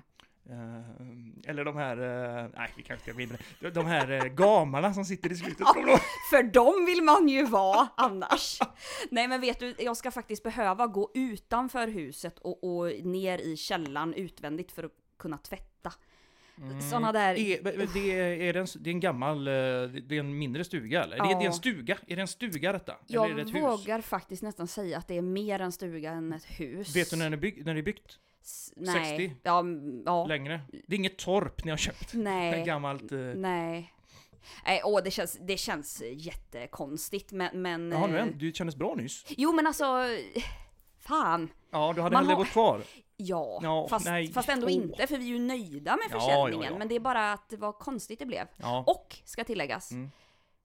Speaker 2: Eh, eller de här, eh, nej vi kanske ska gå in på det. De här eh, gamarna som sitter i slutet. kommer du ihåg?
Speaker 1: För dem vill man ju vara annars. (laughs) Nej men vet du, jag ska faktiskt behöva gå utanför huset och, och ner i källaren utvändigt för att kunna tvätta.
Speaker 2: Mm.
Speaker 1: Såna där...
Speaker 2: Är, men- men det, är, är det, en, s- det är en gammal, eh, det är en mindre stuga eller? Det, är- det är en stuga, är det en stuga detta?
Speaker 1: Jag
Speaker 2: eller är det ett hus?
Speaker 1: vågar faktiskt nästan säga att det är mer en stuga än ett hus.
Speaker 2: Vet du när det är byggt? När det är byggt?
Speaker 1: S- Nej.
Speaker 2: 60?
Speaker 1: Ja, mm, ja.
Speaker 2: Längre? Det är inget torp ni har köpt?
Speaker 1: Nej.
Speaker 2: Ett gammalt... eh,
Speaker 1: Nej. Nej, åh det känns, det känns jättekonstigt men... men
Speaker 2: Jaha, nu
Speaker 1: eh,
Speaker 2: är det kändes bra nyss.
Speaker 1: Jo men alltså... Fan.
Speaker 2: Ja, du hade
Speaker 1: Man
Speaker 2: hellre
Speaker 1: har-
Speaker 2: gått kvar.
Speaker 1: Ja,
Speaker 2: Ja,
Speaker 1: fast,
Speaker 2: nej.
Speaker 1: fast ändå
Speaker 2: Åh.
Speaker 1: inte för vi är ju nöjda med
Speaker 2: Ja,
Speaker 1: försäljningen.
Speaker 2: ja, ja.
Speaker 1: Men det är bara att det var konstigt det blev.
Speaker 2: Ja.
Speaker 1: Och, ska tilläggas,
Speaker 2: Mm.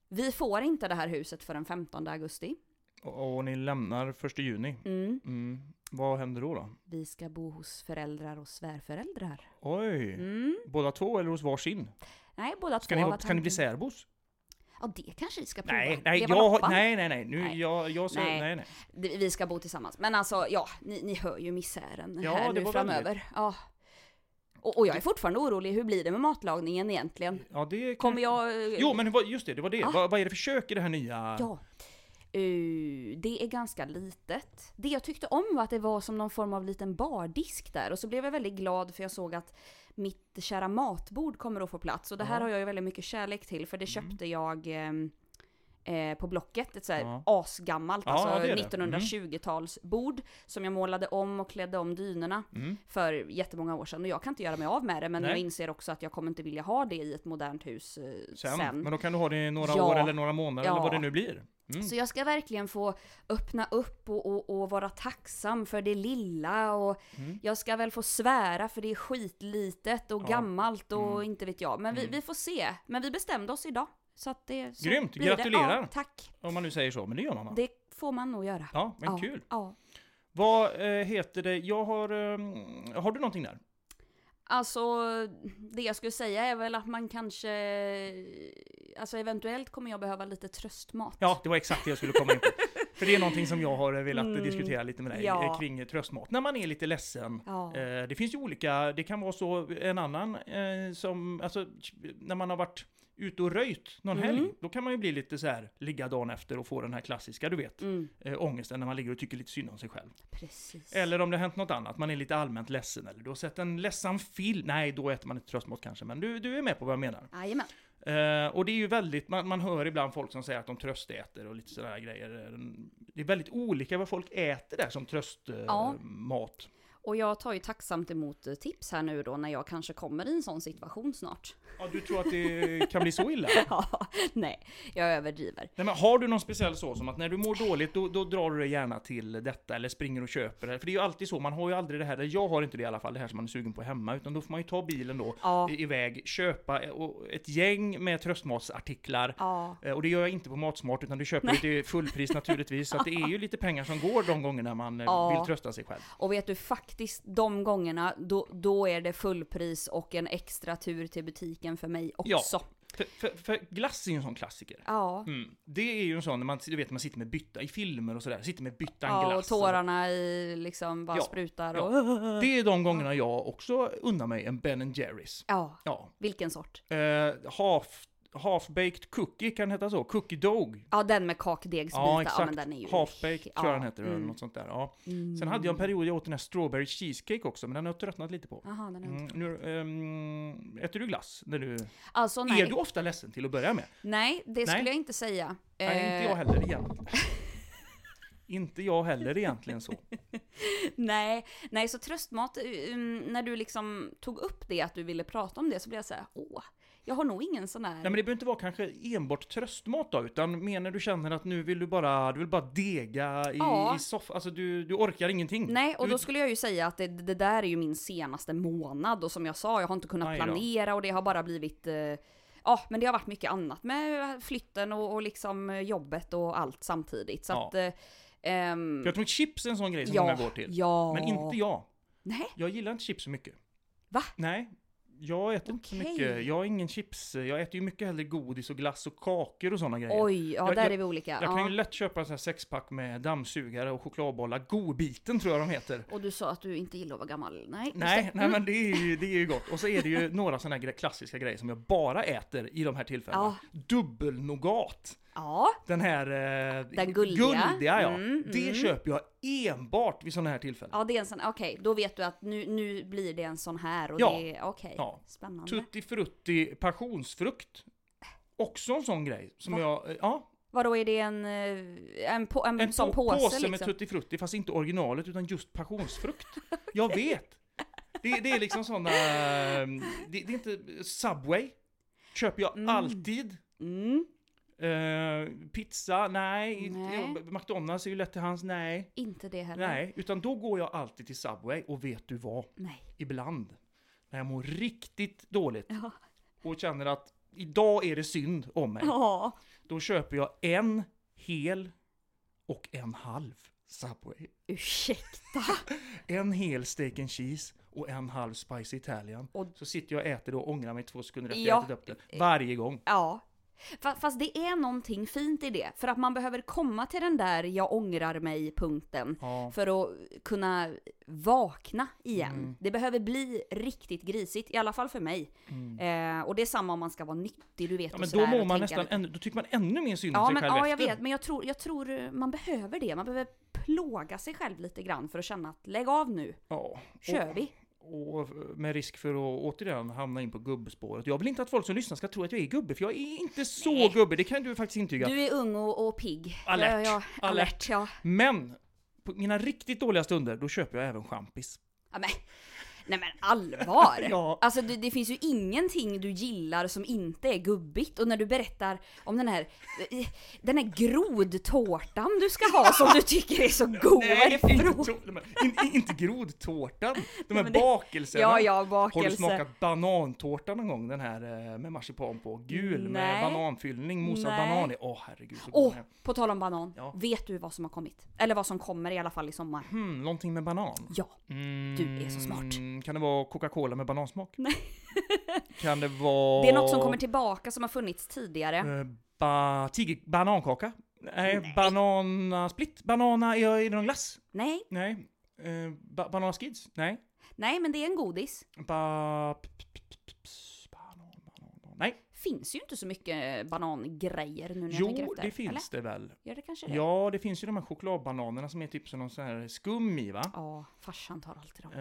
Speaker 1: vi får inte det här huset förrän 15 augusti.
Speaker 2: Och, och ni lämnar första juni.
Speaker 1: Mm.
Speaker 2: Mm. Vad händer då? då?
Speaker 1: Vi ska bo hos föräldrar och svärföräldrar.
Speaker 2: Oj!
Speaker 1: Mm.
Speaker 2: Båda två eller hos varsin?
Speaker 1: Nej, båda
Speaker 2: Ska
Speaker 1: två
Speaker 2: ni,
Speaker 1: var
Speaker 2: ska ni bli
Speaker 1: tanken.
Speaker 2: särbos?
Speaker 1: Ja, det kanske vi ska prova.
Speaker 2: Nej, nej,
Speaker 1: det var
Speaker 2: jag, har-
Speaker 1: loppan.
Speaker 2: nej, nej, nej, nu,
Speaker 1: Nej.
Speaker 2: jag, jag säger,
Speaker 1: Nej.
Speaker 2: nej, nej. nej.
Speaker 1: Det- Vi ska bo tillsammans. Men alltså, ja, ni, ni hör ju misären
Speaker 2: Ja,
Speaker 1: här
Speaker 2: det
Speaker 1: nu
Speaker 2: var
Speaker 1: framöver. Ja. Och, och jag är fortfarande orolig, hur blir det med matlagningen egentligen?
Speaker 2: Ja, det
Speaker 1: Kommer jag... eh,
Speaker 2: Jo, men vad- just det, det var det.
Speaker 1: Ah.
Speaker 2: Vad, vad är det för kök i det här nya?
Speaker 1: Ja. Eh, det är ganska litet. Det jag tyckte om var att det var som någon form av liten bardisk där. Och så blev jag väldigt glad för jag såg att mitt kära matbord kommer att få plats. Och det här
Speaker 2: Ja. Mm.
Speaker 1: har jag ju väldigt mycket kärlek till för det köpte jag ehm, eh, på Blocket. Ett så här
Speaker 2: Ja.
Speaker 1: asgammalt,
Speaker 2: Ja, ja, det är det.
Speaker 1: alltså
Speaker 2: Mm.
Speaker 1: 1920-talsbord. Som jag målade om och klädde om dynorna
Speaker 2: Mm.
Speaker 1: för jättemånga år sedan. Och jag kan inte göra mig av med det men
Speaker 2: Nej.
Speaker 1: jag inser också att jag kommer inte vilja ha det i ett modernt hus eh,
Speaker 2: Sen.
Speaker 1: sen.
Speaker 2: Men då kan du ha det i några
Speaker 1: Ja.
Speaker 2: år eller några månader eller
Speaker 1: Ja.
Speaker 2: vad det nu blir. Mm.
Speaker 1: Så jag ska verkligen få öppna upp och, och, och vara tacksam för det lilla och
Speaker 2: Mm.
Speaker 1: jag ska väl få svära för det är skitlitet och
Speaker 2: Ja.
Speaker 1: gammalt och
Speaker 2: Mm.
Speaker 1: inte vet jag. Men vi,
Speaker 2: Mm.
Speaker 1: vi får se. Men vi bestämde oss idag. Så att det så
Speaker 2: Grymt,
Speaker 1: blir det.
Speaker 2: gratulerar.
Speaker 1: Ja, tack!
Speaker 2: Om man nu säger så, men det gör man va?
Speaker 1: Det får man nog göra.
Speaker 2: Ja, men
Speaker 1: ja,
Speaker 2: kul.
Speaker 1: Ja.
Speaker 2: Vad eh, heter det? Jag har... Eh, har du någonting där?
Speaker 1: Alltså, det jag skulle säga är väl att man kanske... Alltså eventuellt kommer jag behöva lite tröstmat.
Speaker 2: Ja, det var exakt det jag skulle komma in på. För det är någonting som jag har eh, velat
Speaker 1: Mm,
Speaker 2: diskutera lite med dig
Speaker 1: ja.
Speaker 2: eh, kring tröstmat. När man är lite ledsen.
Speaker 1: Ja.
Speaker 2: Eh, Det finns ju olika, det kan vara så en annan eh, som, alltså när man har varit ute och röjt någon
Speaker 1: Mm.
Speaker 2: helg, då kan man ju bli lite så här, ligga dagen efter och få den här klassiska, du vet,
Speaker 1: Mm,
Speaker 2: eh, ångesten när man ligger och tycker lite synd om sig själv.
Speaker 1: precis.
Speaker 2: Eller om det har hänt något annat, man är lite allmänt ledsen eller du har sett en ledsam film, nej då äter man inte tröstmat kanske, men du, du är med på vad jag menar.
Speaker 1: Jajamän.
Speaker 2: Eh, och det är ju väldigt, man, man hör ibland folk som säger att de tröstäter och lite sådana grejer. Eh, Det är väldigt olika vad folk äter där som tröstmat. Eh,
Speaker 1: Ja.
Speaker 2: mat.
Speaker 1: Och jag tar ju tacksamt emot eh, tips här nu då när jag kanske kommer i en sån situation snart. (laughs)
Speaker 2: ja, du tror att det kan bli så illa?
Speaker 1: Ja, nej, jag överdriver.
Speaker 2: Nej, men har du någon speciell så som att när du mår dåligt då, då drar du dig gärna till detta eller springer och köper det? För det är ju alltid så, man har ju aldrig det här, eller jag har inte det i alla fall, det här som man är sugen på hemma, utan då får man ju ta bilen då
Speaker 1: Ja,
Speaker 2: i- iväg, köpa eh, och ett gäng med tröstmatsartiklar.
Speaker 1: ja,
Speaker 2: Eh, Och det gör jag inte på Matsmart, utan du köper det till fullpris naturligtvis. Så att det är ju lite pengar som går de gångerna man eh,
Speaker 1: Ja.
Speaker 2: vill trösta sig själv.
Speaker 1: och vet du faktiskt de gångerna då, då är det fullpris och en extra tur till butiken för mig
Speaker 2: Ja.
Speaker 1: också.
Speaker 2: För, för, för glass är ju en sån klassiker.
Speaker 1: Ja,
Speaker 2: Mm. Det är ju en sån när man, du vet, man sitter med bytta i filmer och sådär, sitter med byttan
Speaker 1: ja och
Speaker 2: glass. och-
Speaker 1: tårarna i liksom bara
Speaker 2: Ja,
Speaker 1: sprutar
Speaker 2: ja.
Speaker 1: och...
Speaker 2: Det är de gångerna jag också undrar mig en Ben Jerrys.
Speaker 1: Ja,
Speaker 2: Ja.
Speaker 1: vilken sort?
Speaker 2: Eh, half, half-baked cookie kan heta så, cookie dog.
Speaker 1: Ja, den med kakdegsbitar. Ja, men den är ju...
Speaker 2: Half-baked
Speaker 1: Ja,
Speaker 2: tror jag den heter, eller
Speaker 1: mm.
Speaker 2: något sånt där. Ja. Sen hade jag en period jag åt den här strawberry cheesecake också, men den har jag tröttnat lite på.
Speaker 1: Jaha, den är...
Speaker 2: Mm, nu, ehm, äter du glass när du...
Speaker 1: Alltså nej,
Speaker 2: Är du ofta ledsen till att börja med?
Speaker 1: nej, det skulle
Speaker 2: Nej.
Speaker 1: jag inte säga.
Speaker 2: Nej, inte
Speaker 1: Eh.
Speaker 2: jag heller egentligen. (laughs) inte jag heller egentligen så.
Speaker 1: Nej, nej, eh, så tröstmat, um, när du liksom tog upp det, att du ville prata om det, så blev jag så här, åh, Jag har nog ingen sån
Speaker 2: Nej men
Speaker 1: här...
Speaker 2: det behöver inte vara kanske enbart tröstmat då, utan mer när du känner att nu vill du bara, du vill bara dega i,
Speaker 1: Ja.
Speaker 2: i soffan, alltså du, du orkar ingenting.
Speaker 1: Nej, och
Speaker 2: du,
Speaker 1: då skulle jag ju säga att det, det där är ju min senaste månad och som jag sa, jag har inte
Speaker 2: Aj
Speaker 1: kunnat
Speaker 2: då.
Speaker 1: planera och det har bara blivit... eh, Ja, men det har varit mycket annat med flytten och, och liksom eh, jobbet och allt samtidigt. Så
Speaker 2: Ja.
Speaker 1: att... eh, ehm,
Speaker 2: Jag tror att chips är en sån grej som många går till.
Speaker 1: ja.
Speaker 2: Men inte jag.
Speaker 1: Nej.
Speaker 2: Jag gillar inte chips så mycket.
Speaker 1: Va?
Speaker 2: Nej. Jag äter inte så
Speaker 1: Okej.
Speaker 2: mycket. Jag är ingen chips. Jag äter ju mycket hellre godis och glass och kakor och sådana grejer.
Speaker 1: Oj, ja
Speaker 2: Jag-
Speaker 1: där
Speaker 2: jag-
Speaker 1: är vi olika.
Speaker 2: Jag kan ju
Speaker 1: Ja.
Speaker 2: lätt köpa en sån här sexpack med dammsugare och chokladbollar. Godbiten tror jag de heter.
Speaker 1: Och du sa att du inte gillar att vara gammal. Nej. just
Speaker 2: Nej,
Speaker 1: det. Mm.
Speaker 2: nej men det är, ju, det är ju gott. Och så är det ju några sådana här gre- klassiska grejer som jag bara äter i de här tillfällena.
Speaker 1: Ja.
Speaker 2: Dubbelnougat.
Speaker 1: Ja,
Speaker 2: Den här... Eh,
Speaker 1: Den guldiga.
Speaker 2: ja.
Speaker 1: Mm,
Speaker 2: det
Speaker 1: mm.
Speaker 2: köper jag enbart vid sådana här tillfällen.
Speaker 1: ja det är en sån, okej, då vet du att nu, nu blir det en sån här och
Speaker 2: Ja.
Speaker 1: det är, okej.
Speaker 2: Ja.
Speaker 1: Spännande.
Speaker 2: Tutti frutti passionsfrukt. Också en sån grej som
Speaker 1: Va?
Speaker 2: jag... eh, Ja,
Speaker 1: Vadå är det en, eh, en, på, en,
Speaker 2: en
Speaker 1: sån
Speaker 2: på-
Speaker 1: påse, liksom?
Speaker 2: med tutti frutti fast inte originalet utan just passionsfrukt. Jag vet! Det, det är liksom såna... eh, Det, det är inte... eh, Subway köper jag
Speaker 1: Mm.
Speaker 2: alltid.
Speaker 1: mm,
Speaker 2: Eh, pizza, nej.
Speaker 1: Nej.
Speaker 2: Inte- McDonalds är ju lätt till hans, nej.
Speaker 1: inte det heller.
Speaker 2: Nej, utan då går jag alltid till Subway och vet du vad?
Speaker 1: Nej. (laughs)
Speaker 2: Ibland, när jag mår riktigt dåligt
Speaker 1: Ja.
Speaker 2: och känner att idag är det synd om mig.
Speaker 1: Ja.
Speaker 2: Då köper jag en hel och en halv Subway.
Speaker 1: Ursäkta.
Speaker 2: En hel steak and cheese och en halv spicy Italian.
Speaker 1: Och-
Speaker 2: Så sitter jag och äter det och ångrar mig två sekunder efter jag
Speaker 1: Ja. Eh.
Speaker 2: ätit upp det. Varje gång.
Speaker 1: Ja. Fa- Fast det är någonting fint i det, för att man behöver komma till den där jag ångrar mig-punkten.
Speaker 2: Ja.
Speaker 1: för att kunna vakna igen.
Speaker 2: Mm.
Speaker 1: Det behöver bli riktigt grisigt, i alla fall för mig.
Speaker 2: Mm.
Speaker 1: Eh, och det är samma om man ska vara nyttig, du vet.
Speaker 2: Ja,
Speaker 1: och
Speaker 2: men
Speaker 1: sådär,
Speaker 2: då mår
Speaker 1: och
Speaker 2: man
Speaker 1: tänka
Speaker 2: nästan
Speaker 1: lite-
Speaker 2: ännu, då tycker man ännu mer synd om
Speaker 1: Ja,
Speaker 2: sig
Speaker 1: men,
Speaker 2: själv
Speaker 1: ja, jag
Speaker 2: efter.
Speaker 1: vet, men jag tror, jag tror eh, man behöver det. Man behöver plåga sig själv lite grann för att känna att lägg av nu,
Speaker 2: Ja.
Speaker 1: kör vi.
Speaker 2: Och med risk för att återigen hamna in på gubbspåret. Jag vill inte att folk som lyssnar ska tro att jag är gubbe, för jag är inte så
Speaker 1: Nej.
Speaker 2: gubbe, det kan du faktiskt intyga.
Speaker 1: Du är ung och, och pigg.
Speaker 2: Alert,
Speaker 1: Ja, ja,
Speaker 2: alert.
Speaker 1: alert. ja.
Speaker 2: Men, på mina riktigt dåliga stunder, då köper jag även champis.
Speaker 1: ja men, nej men allvar!
Speaker 2: (laughs) Ja.
Speaker 1: Alltså det, det finns ju ingenting du gillar som inte är gubbigt och när du berättar om den här, eh, den här grodtårtan du ska ha som du tycker är så god.
Speaker 2: Nej, inte,
Speaker 1: Varifrån?
Speaker 2: to- de här- in, in- inte grodtårtan, de här
Speaker 1: men det-
Speaker 2: bakelserna.
Speaker 1: Ja, ja,
Speaker 2: Har du
Speaker 1: bakelse.
Speaker 2: smakat banantårta någon gång? Den här eh, med marsipan på, gul med
Speaker 1: Nej.
Speaker 2: bananfyllning, mosad
Speaker 1: Nej.
Speaker 2: banan i. Åh herregud så god
Speaker 1: Åh,
Speaker 2: den är.
Speaker 1: på tal om banan.
Speaker 2: Ja.
Speaker 1: Vet du vad som har kommit? Eller vad som kommer i alla fall i sommar?
Speaker 2: Hmm, någonting med banan.
Speaker 1: Ja.
Speaker 2: Mm,
Speaker 1: Du är så smart.
Speaker 2: Kan det vara Coca-Cola med banansmak?
Speaker 1: Nej.
Speaker 2: (laughs) kan det vara...
Speaker 1: Det är något som kommer tillbaka som har funnits tidigare.
Speaker 2: Eh, ba, tiger, banankaka? Nej, bananasplitt? Banana, är, är det någon glass?
Speaker 1: Nej,
Speaker 2: Nej. Eh, ba, bananaskids? Nej.
Speaker 1: nej men det är en godis.
Speaker 2: Ba, p, p, p, p, ps, banan, banan, banan. Nej.
Speaker 1: Finns ju inte så mycket banangrejer nu när jag tänker
Speaker 2: Jo,
Speaker 1: efter.
Speaker 2: det finns
Speaker 1: Eller?
Speaker 2: det väl.
Speaker 1: Gör det kanske det?
Speaker 2: Ja, det finns ju de här chokladbananerna som är typ som någon sån här skum i va?
Speaker 1: Ja, farsan tar alltid dem.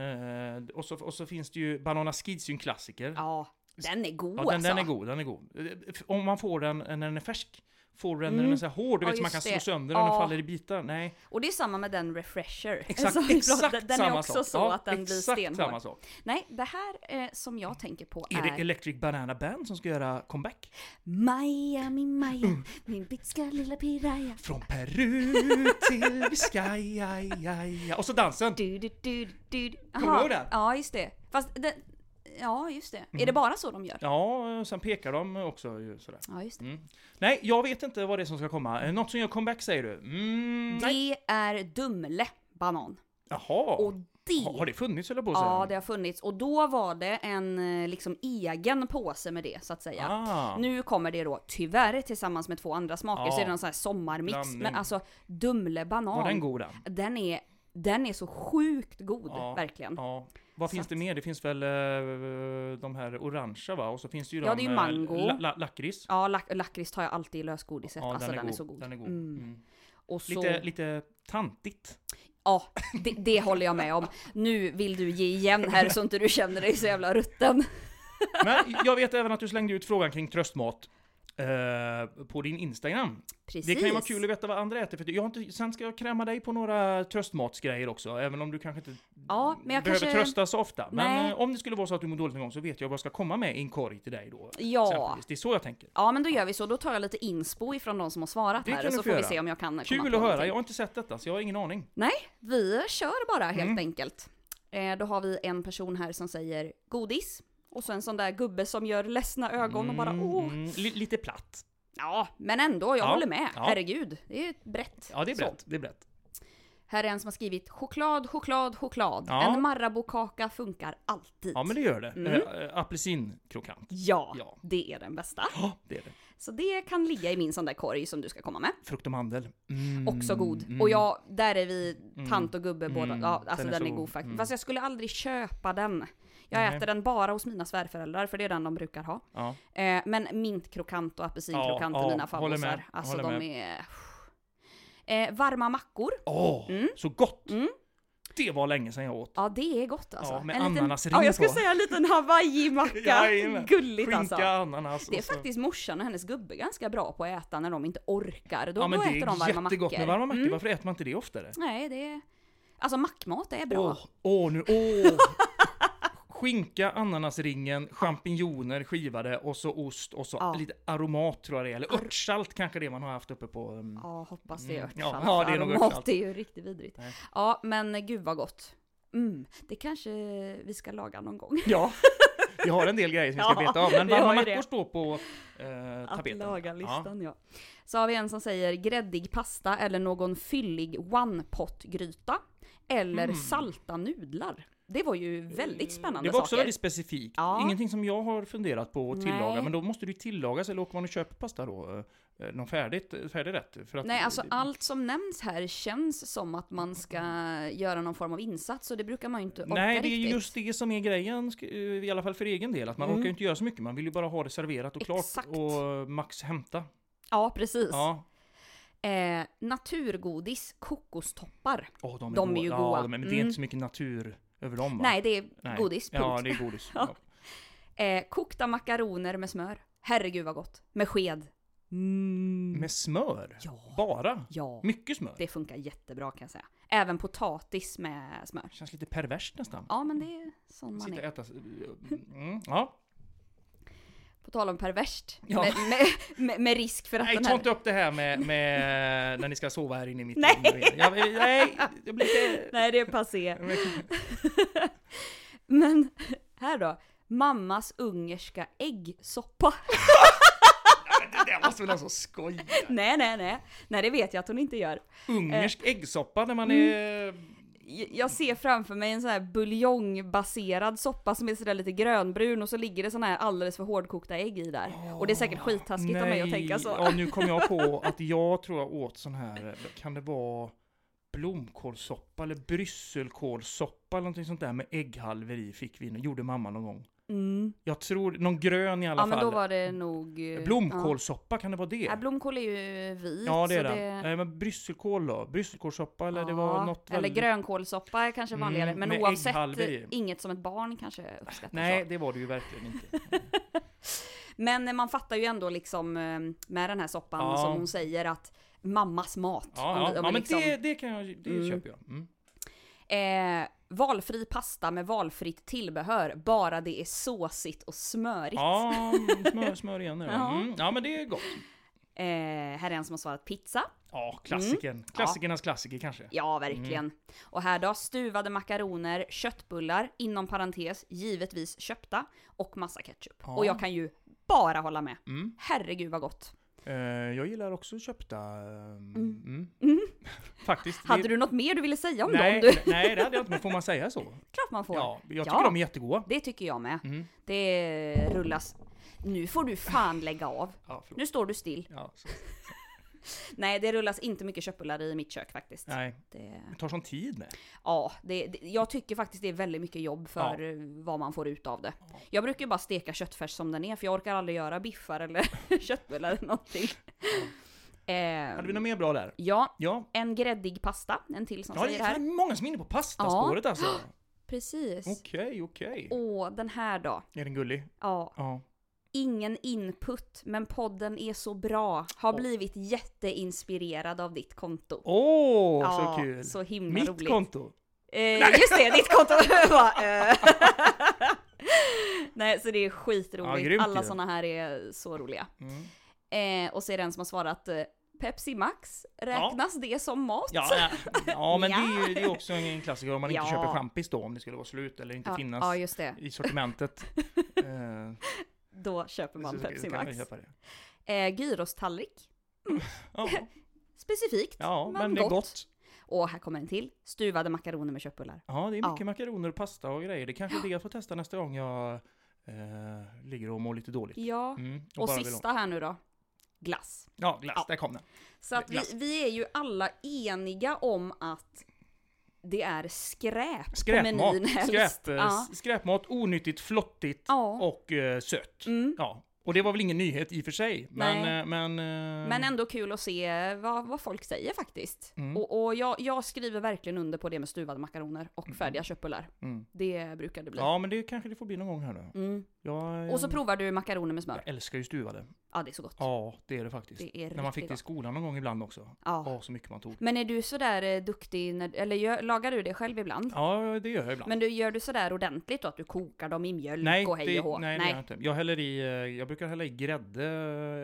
Speaker 2: Eh, och, så, och så finns det ju bananaskids, ju en klassiker.
Speaker 1: Ja, den är god
Speaker 2: Ja, den,
Speaker 1: alltså.
Speaker 2: den är god, den är god. Eh, f- Om man får den när den är färsk, får du den när den är
Speaker 1: Mm.
Speaker 2: så här hård, du
Speaker 1: Ja,
Speaker 2: vet så man
Speaker 1: just
Speaker 2: kan slå
Speaker 1: det.
Speaker 2: sönder den och
Speaker 1: Ja.
Speaker 2: faller i
Speaker 1: (laughs)
Speaker 2: bitar. Nej,
Speaker 1: Och det är samma med den Refresher.
Speaker 2: exakt,
Speaker 1: Som vi
Speaker 2: exakt
Speaker 1: pratade- den
Speaker 2: samma
Speaker 1: är också
Speaker 2: sak.
Speaker 1: så
Speaker 2: Ja,
Speaker 1: att den blir
Speaker 2: exakt
Speaker 1: stenhård.
Speaker 2: samma sak.
Speaker 1: Nej, det här eh, som jag tänker på
Speaker 2: Är
Speaker 1: är,
Speaker 2: det Electric Banana Band som ska göra comeback?
Speaker 1: Miami
Speaker 2: Mm.
Speaker 1: Maja, min bitska lilla piraya.
Speaker 2: Från Peru
Speaker 1: (laughs)
Speaker 2: till Biscaya. Och så dansen!
Speaker 1: Du, du, du, du, du.
Speaker 2: Kommer
Speaker 1: Aha,
Speaker 2: du ihåg den? Mm.
Speaker 1: Ja, just det. Fast den, ja, just det. Är det bara så de gör?
Speaker 2: Ja, och sen pekar de också ju sådär.
Speaker 1: Ja, just det.
Speaker 2: Nej, jag vet inte vad det är som ska komma. Eh, Något som gör comeback säger du? Mm, nej.
Speaker 1: Det är Dumle banan.
Speaker 2: Jaha,
Speaker 1: Och det
Speaker 2: Ha- har det funnits eller på att
Speaker 1: Ja, det
Speaker 2: säga?
Speaker 1: har funnits. Och då var det en eh, liksom egen påse med det så att säga.
Speaker 2: Ah.
Speaker 1: Nu kommer det då tyvärr tillsammans med två andra smaker
Speaker 2: Ja.
Speaker 1: så är det någon sån här sommarmix.
Speaker 2: Blandning.
Speaker 1: Men alltså Dumle banan.
Speaker 2: Var den god den?
Speaker 1: den är, den är så sjukt god,
Speaker 2: Ja,
Speaker 1: verkligen. Ja.
Speaker 2: Ja. Vad
Speaker 1: Mm. Så
Speaker 2: finns det mer? Det finns väl eh, de här orangea va? Och så finns det ju
Speaker 1: Ja,
Speaker 2: de...
Speaker 1: det är ju
Speaker 2: eh,
Speaker 1: mango.
Speaker 2: La, la, lakrits.
Speaker 1: lak- lakrits tar jag alltid i lösgodiset. alltså den är, så god.
Speaker 2: Den är god.
Speaker 1: Mm.
Speaker 2: Mm.
Speaker 1: Och så,
Speaker 2: Lite, lite tantigt.
Speaker 1: Ja, det, det håller jag med om. Nu vill du ge igen här så inte du känner dig så jävla rutten.
Speaker 2: Men jag vet även att du slängde ut frågan kring tröstmat. eh, på din Instagram.
Speaker 1: Precis.
Speaker 2: Det kan ju vara kul att veta vad andra äter. För jag har inte, sen ska jag kräma dig på några tröstmatsgrejer också, även om du kanske inte
Speaker 1: Ja, men jag
Speaker 2: behöver
Speaker 1: kanske...
Speaker 2: trösta så ofta. Men
Speaker 1: Nej.
Speaker 2: eh, om det skulle vara så att du mår dåligt någon gång så vet jag vad jag ska komma med i en korg till dig då.
Speaker 1: Ja.
Speaker 2: exempelvis. Det är så jag tänker.
Speaker 1: Ja men då gör vi så, då tar jag lite inspo ifrån de som har svarat
Speaker 2: Det
Speaker 1: här
Speaker 2: kan
Speaker 1: och
Speaker 2: du
Speaker 1: så
Speaker 2: få
Speaker 1: får vi
Speaker 2: göra.
Speaker 1: se om jag kan komma på
Speaker 2: Kul att höra,
Speaker 1: någonting.
Speaker 2: jag har inte sett detta så jag har ingen aning.
Speaker 1: Vi kör bara helt
Speaker 2: Mm.
Speaker 1: enkelt. Eh, då har vi en person här som säger godis. Och så en sån där gubbe som gör ledsna ögon och bara
Speaker 2: Mm,
Speaker 1: åh.
Speaker 2: mm, li- lite platt.
Speaker 1: Ja, men ändå, jag
Speaker 2: Ja,
Speaker 1: håller med.
Speaker 2: ja.
Speaker 1: Herregud, det är brett.
Speaker 2: Ja, det är
Speaker 1: Så.
Speaker 2: brett. Det är brett.
Speaker 1: Här är en som har skrivit choklad, choklad, choklad.
Speaker 2: Ja.
Speaker 1: En Marabou-kaka funkar alltid.
Speaker 2: Ja, men det gör det.
Speaker 1: Mm.
Speaker 2: Mm. apelsinkrokant.
Speaker 1: ja,
Speaker 2: Ja.
Speaker 1: det är den bästa.
Speaker 2: Ja, (gasps) det är det.
Speaker 1: Så det kan ligga i min sån där korg som du ska komma med.
Speaker 2: Frukt och mandel. Mm,
Speaker 1: Också god.
Speaker 2: mm.
Speaker 1: Och jag, där är vi tant och gubbe
Speaker 2: Mm.
Speaker 1: båda. Ja, alltså den
Speaker 2: Den är
Speaker 1: är,
Speaker 2: så
Speaker 1: god
Speaker 2: god.
Speaker 1: faktiskt.
Speaker 2: Mm.
Speaker 1: Fast jag skulle aldrig köpa den. Jag
Speaker 2: Nej.
Speaker 1: äter den bara hos mina svärföräldrar för det är den de brukar ha.
Speaker 2: Ja.
Speaker 1: Eh, men mintkrokant och apelsinkrokant
Speaker 2: Ja,
Speaker 1: är
Speaker 2: ja,
Speaker 1: mina
Speaker 2: håller med,
Speaker 1: favoriter. Alltså
Speaker 2: håller
Speaker 1: de är... Eh, varma mackor.
Speaker 2: Åh,
Speaker 1: Mm.
Speaker 2: så gott!
Speaker 1: Mm.
Speaker 2: Det var länge sedan jag åt.
Speaker 1: Ja det är gott alltså.
Speaker 2: Ja, med
Speaker 1: En liten-
Speaker 2: ananasring
Speaker 1: Ja jag skulle
Speaker 2: på.
Speaker 1: säga en liten
Speaker 2: (laughs)
Speaker 1: hawaii-macka.
Speaker 2: Jajamän.
Speaker 1: Gulligt
Speaker 2: Skinka,
Speaker 1: alltså.
Speaker 2: ananas
Speaker 1: Det är
Speaker 2: och så-
Speaker 1: faktiskt morsan och hennes gubbe ganska bra på att äta när de inte orkar. Då,
Speaker 2: Ja, men
Speaker 1: då
Speaker 2: det
Speaker 1: äter de
Speaker 2: är
Speaker 1: varma
Speaker 2: jättegott
Speaker 1: mackor.
Speaker 2: med varma mackor.
Speaker 1: Mm.
Speaker 2: Varför äter man inte det oftare?
Speaker 1: Nej det är... Alltså mackmat är bra.
Speaker 2: Åh, åh nu,
Speaker 1: (laughs)
Speaker 2: åh! Skinka, ananasringen, champinjoner skivade och så ost och så
Speaker 1: Ja.
Speaker 2: lite aromat tror jag det är. Eller örtsalt kanske det man har haft uppe på... um,
Speaker 1: Ja, hoppas det är
Speaker 2: Mm,
Speaker 1: örtsalt.
Speaker 2: ja, ja, det är nog
Speaker 1: Aromat
Speaker 2: örtsalt.
Speaker 1: är ju riktigt vidrigt.
Speaker 2: Nej.
Speaker 1: Ja, men gud vad gott. Mm, det kanske vi ska laga någon gång. (laughs)
Speaker 2: Ja, vi har en del grejer som vi ska
Speaker 1: Ja,
Speaker 2: beta av, men
Speaker 1: vi har
Speaker 2: varma
Speaker 1: ju
Speaker 2: mackor
Speaker 1: det.
Speaker 2: står på eh,
Speaker 1: Att
Speaker 2: tapeten.
Speaker 1: laga-listan, ja. Så har vi en som säger gräddig pasta eller någon fyllig one-pot-gryta. Eller
Speaker 2: Mm.
Speaker 1: salta nudlar. Det var ju väldigt spännande
Speaker 2: Det var också
Speaker 1: saker.
Speaker 2: väldigt specifikt.
Speaker 1: Ja.
Speaker 2: Ingenting som jag har funderat på att tillaga,
Speaker 1: Nej.
Speaker 2: men då måste det ju tillagas eller åker man och köper pasta då? Eh, Någon färdigt, färdig rätt? För att, eh,
Speaker 1: Nej, alltså
Speaker 2: det-
Speaker 1: allt som nämns här känns som att man ska göra någon form av insats och det brukar man ju inte orka
Speaker 2: Nej, det är
Speaker 1: riktigt.
Speaker 2: ju just det som är grejen, sk- eh, i alla fall för egen del. Att man
Speaker 1: Mm.
Speaker 2: orkar ju inte göra så mycket, man vill ju bara ha det serverat och klart
Speaker 1: Exakt.
Speaker 2: och eh, max hämta.
Speaker 1: Ja, precis.
Speaker 2: Ja.
Speaker 1: Eh, naturgodis, kokostoppar.
Speaker 2: Åh, de är,
Speaker 1: De är
Speaker 2: goda.
Speaker 1: ju
Speaker 2: Ja,
Speaker 1: goda.
Speaker 2: de är, men det är
Speaker 1: Mm.
Speaker 2: inte så mycket natur över dem va?
Speaker 1: Nej, det är
Speaker 2: Nej.
Speaker 1: godis. Punkt.
Speaker 2: Ja, det är godis.
Speaker 1: (laughs) Ja.
Speaker 2: ja.
Speaker 1: Eh, kokta makaroner med smör. Herregud vad gott. Med sked. Mm.
Speaker 2: Med smör?
Speaker 1: Ja.
Speaker 2: Bara?
Speaker 1: Ja.
Speaker 2: Mycket smör?
Speaker 1: Det funkar jättebra kan jag säga. Även potatis med smör.
Speaker 2: Känns lite perverst nästan.
Speaker 1: Ja men det är sån man
Speaker 2: Sitta och
Speaker 1: är.
Speaker 2: äta... Mm, ja.
Speaker 1: På tal om perverst.
Speaker 2: Ja.
Speaker 1: Med, med, med, med risk för att
Speaker 2: Nej,
Speaker 1: den
Speaker 2: ta
Speaker 1: här...
Speaker 2: inte upp det här med, med eh, när ni ska sova här inne i mitt
Speaker 1: Nej.
Speaker 2: rum. Jag, nej! Jag blir
Speaker 1: (laughs)
Speaker 2: lite...
Speaker 1: Nej det är
Speaker 2: (laughs)
Speaker 1: passé. Men här då. Mammas ungerska äggsoppa.
Speaker 2: Det där måste väl vara så skoj.
Speaker 1: Nej nej nej. Nej det vet jag att hon inte gör.
Speaker 2: Ungersk
Speaker 1: Eh.
Speaker 2: äggsoppa när man
Speaker 1: Mm.
Speaker 2: är...
Speaker 1: J- Jag ser framför mig en sån här buljongbaserad soppa som är sådär lite grönbrun och så ligger det såna här alldeles för hårdkokta ägg i där. och det är säkert skittaskigt av mig att tänka så.
Speaker 2: Ja, nu kom
Speaker 1: (laughs)
Speaker 2: jag på att jag tror jag åt sån här, kan det vara blomkålssoppa eller brysselkålssoppa eller någonting sånt där med ägghalvor i fick vi, gjorde mamma någon gång.
Speaker 1: Mm.
Speaker 2: Jag tror, någon grön i alla
Speaker 1: Ja men
Speaker 2: fall.
Speaker 1: då var det nog... eh,
Speaker 2: Blomkålssoppa, kan det vara
Speaker 1: Ja.
Speaker 2: det?
Speaker 1: Ja, blomkål är ju vit.
Speaker 2: Ja det är
Speaker 1: så
Speaker 2: den. Nej men brysselkål då? Brysselkålssoppa eller det var
Speaker 1: Ja,
Speaker 2: något
Speaker 1: Eller
Speaker 2: väldigt...
Speaker 1: grönkålsoppa är kanske
Speaker 2: Mm,
Speaker 1: vanligare. men
Speaker 2: med
Speaker 1: oavsett,
Speaker 2: ägghalvor i.
Speaker 1: inget som ett barn kanske uppskattar.
Speaker 2: Nej
Speaker 1: Så.
Speaker 2: det var det ju
Speaker 1: (laughs)
Speaker 2: verkligen inte.
Speaker 1: Men eh, man fattar ju ändå liksom eh, med den här soppan
Speaker 2: Ja.
Speaker 1: som hon säger att mammas mat. om
Speaker 2: Ja,
Speaker 1: vi-
Speaker 2: ja.
Speaker 1: om vi
Speaker 2: ja men
Speaker 1: liksom-
Speaker 2: det, det kan jag, det
Speaker 1: Mm.
Speaker 2: köper jag. Mm.
Speaker 1: Eh, valfri pasta med valfritt tillbehör, bara det är såsigt och smörigt.
Speaker 2: Ja, smör, smör igen nu
Speaker 1: (laughs)
Speaker 2: då.
Speaker 1: Ja.
Speaker 2: Mm. Ja men det är gott.
Speaker 1: Eh, här är en som har svarat pizza.
Speaker 2: Ja,
Speaker 1: Mm.
Speaker 2: klassikern. Klassikernas klassiker kanske.
Speaker 1: Ja, verkligen.
Speaker 2: Mm.
Speaker 1: Och här då, stuvade makaroner, köttbullar, inom parentes, givetvis köpta, och massa ketchup.
Speaker 2: Ja.
Speaker 1: Och jag kan ju bara hålla med.
Speaker 2: Mm.
Speaker 1: Herregud vad gott.
Speaker 2: Eh, jag gillar också köpta... eh, Mm. (laughs) Faktiskt. det-
Speaker 1: Hade du något mer du ville säga om
Speaker 2: nej,
Speaker 1: dem? Du? (laughs)
Speaker 2: nej, det hade jag inte, men får man säga så?
Speaker 1: Klart man (laughs) får.
Speaker 2: Ja, jag tycker
Speaker 1: Ja.
Speaker 2: de är jättegoda.
Speaker 1: Det tycker jag med.
Speaker 2: Mm.
Speaker 1: Det rullas. Nu får du fan lägga av.
Speaker 2: Ja, förlåt.
Speaker 1: Nu står du still.
Speaker 2: Ja, så,
Speaker 1: Nej, det rullas inte mycket köttbullar i mitt kök faktiskt.
Speaker 2: nej,
Speaker 1: Det...
Speaker 2: det tar sån tid med.
Speaker 1: Ja, det, det, jag tycker faktiskt det är väldigt mycket jobb för eh, vad man får ut av det. Jag brukar ju bara steka köttfärs som den är för jag orkar aldrig göra biffar eller (laughs) köttbullar eller någonting.
Speaker 2: Hade
Speaker 1: Eh,
Speaker 2: vi något mer bra där?
Speaker 1: ja,
Speaker 2: Ja.
Speaker 1: en gräddig pasta, en till som
Speaker 2: Ja, det
Speaker 1: säger här.
Speaker 2: är många som är inne på pastaspåret alltså.
Speaker 1: Precis.
Speaker 2: Okej, okej.
Speaker 1: Och den här då.
Speaker 2: Är den gullig?
Speaker 1: Ja,
Speaker 2: Ja.
Speaker 1: Ingen input, men podden är så bra. Har
Speaker 2: Åh.
Speaker 1: blivit jätteinspirerad av ditt konto.
Speaker 2: Åh,
Speaker 1: Ja,
Speaker 2: så kul!
Speaker 1: Så himla
Speaker 2: Mitt
Speaker 1: roligt.
Speaker 2: konto!
Speaker 1: Eh, just det, ditt konto! (laughs) Bara, eh. Nej, så det är
Speaker 2: Ja,
Speaker 1: skitroligt.
Speaker 2: grymt
Speaker 1: Alla
Speaker 2: ju.
Speaker 1: såna här är så roliga.
Speaker 2: Mm.
Speaker 1: Eh, och så är det en som har svarat eh, Pepsi Max, räknas det som mat?
Speaker 2: Ja, ja. ja, men det är ju det är
Speaker 1: Ja.
Speaker 2: också en klassiker om man inte
Speaker 1: Ja.
Speaker 2: köper champis då, om det skulle vara slut eller inte
Speaker 1: ja,
Speaker 2: finnas
Speaker 1: ja, just det.
Speaker 2: i sortimentet.
Speaker 1: (laughs)
Speaker 2: Eh,
Speaker 1: Då köper
Speaker 2: så-
Speaker 1: man
Speaker 2: så
Speaker 1: Pepsi
Speaker 2: kan man
Speaker 1: Max.
Speaker 2: köpa det.
Speaker 1: Eh, gyrostallrik, (laughs)
Speaker 2: Ja,
Speaker 1: specifikt.
Speaker 2: ja men det är gott.
Speaker 1: Och här kommer en till. Stuvade makaroner med köttbullar.
Speaker 2: Ja, det är mycket
Speaker 1: Ja.
Speaker 2: makaroner och pasta och grejer. Det kanske är det jag får testa nästa gång jag eh, ligger och mår lite dåligt.
Speaker 1: Ja,
Speaker 2: Mm,
Speaker 1: och
Speaker 2: bara vill ha-
Speaker 1: sista här nu då. Glass.
Speaker 2: Ja, glass.
Speaker 1: Ja.
Speaker 2: Där kom den.
Speaker 1: Så att vi,
Speaker 2: Glass.
Speaker 1: vi är ju alla eniga om att det är skräp, på menyn
Speaker 2: Skräpmat.
Speaker 1: helst.
Speaker 2: Skräp, eh,
Speaker 1: Ja.
Speaker 2: Skräpmat, onyttigt, flottigt
Speaker 1: ja.
Speaker 2: och eh, sött.
Speaker 1: Mm.
Speaker 2: Ja. Och det var väl ingen nyhet i och för sig. Men...
Speaker 1: Nej.
Speaker 2: eh, men, eh,
Speaker 1: Men ändå kul att se vad, vad folk säger faktiskt.
Speaker 2: Mm.
Speaker 1: Och, och jag, jag skriver verkligen under på det med stuvade makaroner och färdiga köttbullar.
Speaker 2: Mm.
Speaker 1: Det brukar det bli.
Speaker 2: Ja, men det kanske det får bli någon gång här nu.
Speaker 1: Mm.
Speaker 2: Jag, eh,
Speaker 1: Och så provar du makaroner med smör.
Speaker 2: jag älskar ju stuvade.
Speaker 1: Ja, det är så gott.
Speaker 2: Ja, det är det faktiskt.
Speaker 1: Det är
Speaker 2: När man fick
Speaker 1: riktigt
Speaker 2: det i
Speaker 1: gott.
Speaker 2: skolan någon gång ibland också.
Speaker 1: Ja.
Speaker 2: Ja, så mycket man tog.
Speaker 1: Men är du sådär eh, duktig, när, eller gör, lagar du det själv ibland?
Speaker 2: Ja, det gör jag ibland.
Speaker 1: Men du, gör du sådär ordentligt då, att du kokar dem i mjölk
Speaker 2: Nej,
Speaker 1: och hej
Speaker 2: det,
Speaker 1: och hå?
Speaker 2: nej, det gör jag inte. Jag, häller i, eh, jag brukar hälla i grädde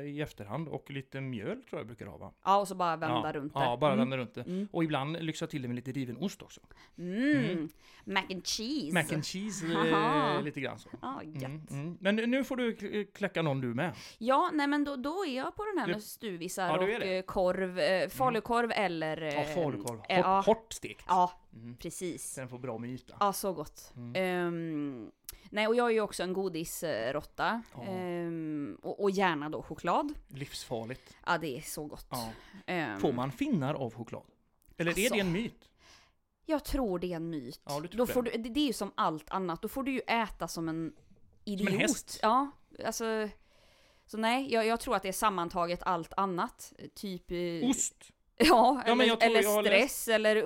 Speaker 2: eh, i efterhand och lite mjöl tror jag brukar ha va?
Speaker 1: Ja, och så bara vända
Speaker 2: ja,
Speaker 1: runt det.
Speaker 2: Ja, bara
Speaker 1: Mm.
Speaker 2: vända runt det.
Speaker 1: Mm.
Speaker 2: Och ibland lyxar jag till det med lite riven ost också.
Speaker 1: Mm. Mac and cheese.
Speaker 2: Mac and cheese,
Speaker 1: Haha.
Speaker 2: eh, lite grann så.
Speaker 1: Ja, gött.
Speaker 2: Mm, mm. Men nu får du kl- kläcka någon du med.
Speaker 1: Ja, nej men då, då är jag på den här
Speaker 2: Du-
Speaker 1: med stuvisar
Speaker 2: Ja, du
Speaker 1: och
Speaker 2: är det. Mm.
Speaker 1: eh, korv, eh, falukorv eller...
Speaker 2: Ja,
Speaker 1: eh,
Speaker 2: falukorv. Hårt,
Speaker 1: eh, ja.
Speaker 2: hårt stekt.
Speaker 1: Ja,
Speaker 2: Mm.
Speaker 1: precis.
Speaker 2: Så den får bra med yta.
Speaker 1: Ja, så gott.
Speaker 2: Mm.
Speaker 1: Ehm, nej, och jag är ju också en godisrotta.
Speaker 2: Ja.
Speaker 1: Ehm, och, och gärna då choklad.
Speaker 2: Livsfarligt.
Speaker 1: Ja, det är så gott.
Speaker 2: Ja.
Speaker 1: Ehm,
Speaker 2: Får man finnar av choklad? Eller är
Speaker 1: Alltså.
Speaker 2: det en myt?
Speaker 1: Jag tror det är en myt.
Speaker 2: Ja, du tror
Speaker 1: då
Speaker 2: det.
Speaker 1: får du, det, det är ju som allt annat, då får du ju äta som en idiot.
Speaker 2: häst.
Speaker 1: Ja, alltså... Så nej, jag, jag tror att det är sammantaget allt annat. Typ... eh,
Speaker 2: Ost?
Speaker 1: (laughs) Ja,
Speaker 2: Ja,
Speaker 1: eller,
Speaker 2: men jag tror
Speaker 1: eller
Speaker 2: jag har
Speaker 1: stress eller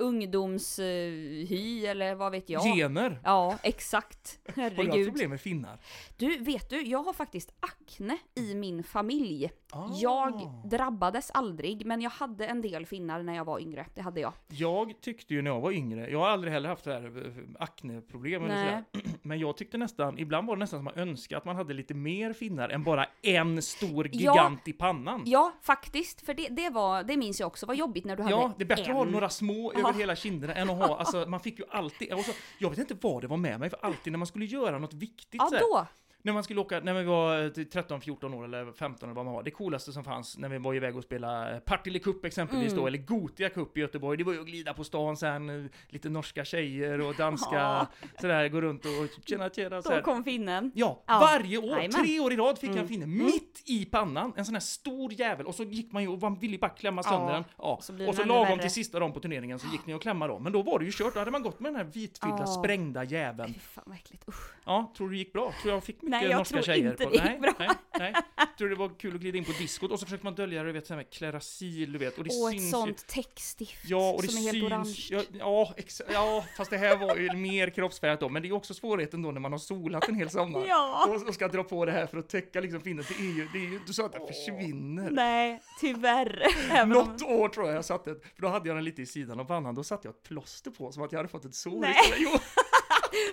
Speaker 1: ungdomshy eller vad vet jag.
Speaker 2: Gener?
Speaker 1: Ja, exakt.
Speaker 2: (laughs) Har du haft
Speaker 1: Herregud.
Speaker 2: problem med finnar?
Speaker 1: Du, vet du, jag har faktiskt akne i min familj.
Speaker 2: Ah.
Speaker 1: Jag drabbades aldrig, men jag hade en del finnar när jag var yngre. Det hade jag.
Speaker 2: Jag tyckte ju när jag var yngre, jag har aldrig heller haft det här eh, akneproblem eller sådär. (clears throat)
Speaker 1: Nej.
Speaker 2: Men jag tyckte nästan, ibland var det nästan som man önskade att man hade lite mer finnar än bara en stor gigant i pannan.
Speaker 1: Ja, faktiskt. För det, det, var, det minns jag också var jobbigt när du hade
Speaker 2: Ja, det är bättre att ha
Speaker 1: en.
Speaker 2: några små
Speaker 1: Ja.
Speaker 2: över hela kinderna än att ha, alltså man fick ju alltid, och så, jag vet inte vad det var med mig, för alltid när man skulle göra något viktigt
Speaker 1: Ja,
Speaker 2: så här,
Speaker 1: då.
Speaker 2: När man skulle åka, när vi var eh, typ 13, 14 år eller 15 eller vad man var. Det coolaste som fanns när vi var iväg och spela eh, Partille Cup exempelvis
Speaker 1: Mm.
Speaker 2: då, eller Gotia Cup i Göteborg. Det var ju att glida på stan sen, eh, lite norska tjejer och danska
Speaker 1: Ja.
Speaker 2: sådär, gå runt och tjena tjena
Speaker 1: Då
Speaker 2: sådär.
Speaker 1: kom finnen.
Speaker 2: Ja,
Speaker 1: Ja.
Speaker 2: varje år,
Speaker 1: Jajamän. Mm.
Speaker 2: tre år i rad fick jag en finne mitt i pannan, en sån här stor jävel och så gick man ju och man ville ju bara klämma
Speaker 1: Ja.
Speaker 2: sönder den. Ja.
Speaker 1: Och så blir den
Speaker 2: och så
Speaker 1: ännu
Speaker 2: lagom
Speaker 1: värre.
Speaker 2: till sista dagen på turneringen så gick ni och klämmade dem. Men då var det ju kört, då hade man gått med den här vitfyllda
Speaker 1: Ja.
Speaker 2: sprängda jäveln.
Speaker 1: Fy fan vad äckligt. Usch.
Speaker 2: Ja, tror du det gick bra? Tror jag fick mycket
Speaker 1: Nej, jag
Speaker 2: norska
Speaker 1: tror
Speaker 2: tjejer?
Speaker 1: inte
Speaker 2: på.
Speaker 1: det gick
Speaker 2: nej,
Speaker 1: bra.
Speaker 2: Nej, nej. Tror det var kul att glida in på diskot och så försökte man dölja det, du vet, så här med klerasil, du vet. Och det
Speaker 1: Och
Speaker 2: syns
Speaker 1: ett
Speaker 2: ju.
Speaker 1: sånt textstift
Speaker 2: Ja, och det
Speaker 1: som är helt
Speaker 2: syns.
Speaker 1: orange.
Speaker 2: Ja, ja, exa- ja, fast det här var ju mer kroppsfärgat då, men det är ju också svårigheten då när man har solat en hel sommar.
Speaker 1: (laughs) Ja.
Speaker 2: (laughs) Och, och ska dra på det här för att täcka liksom finnet. Det är ju, det är ju, du sa att det försvinner.
Speaker 1: Nej, tyvärr. Även om...
Speaker 2: Något år tror jag jag satte ett, för då hade jag den lite i sidan av pannan, då satte jag ett plåster på som att jag hade fått ett sår.
Speaker 1: Nej.
Speaker 2: istället. Jo,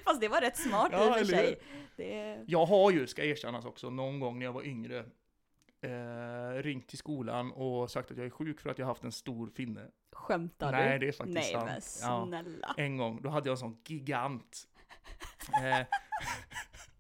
Speaker 1: Fast det var rätt smart
Speaker 2: Ja,
Speaker 1: i och för
Speaker 2: eller
Speaker 1: sig. Det...
Speaker 2: Jag har ju, ska erkännas också, någon gång när jag var yngre eh, ringt till skolan och sagt att jag är sjuk för att jag har haft en stor finne.
Speaker 1: Skämtar
Speaker 2: Nej,
Speaker 1: du?
Speaker 2: det är faktiskt
Speaker 1: Nej,
Speaker 2: sant.
Speaker 1: men
Speaker 2: Ja.
Speaker 1: snälla.
Speaker 2: En gång, då hade jag en sån gigant. Eh, (laughs)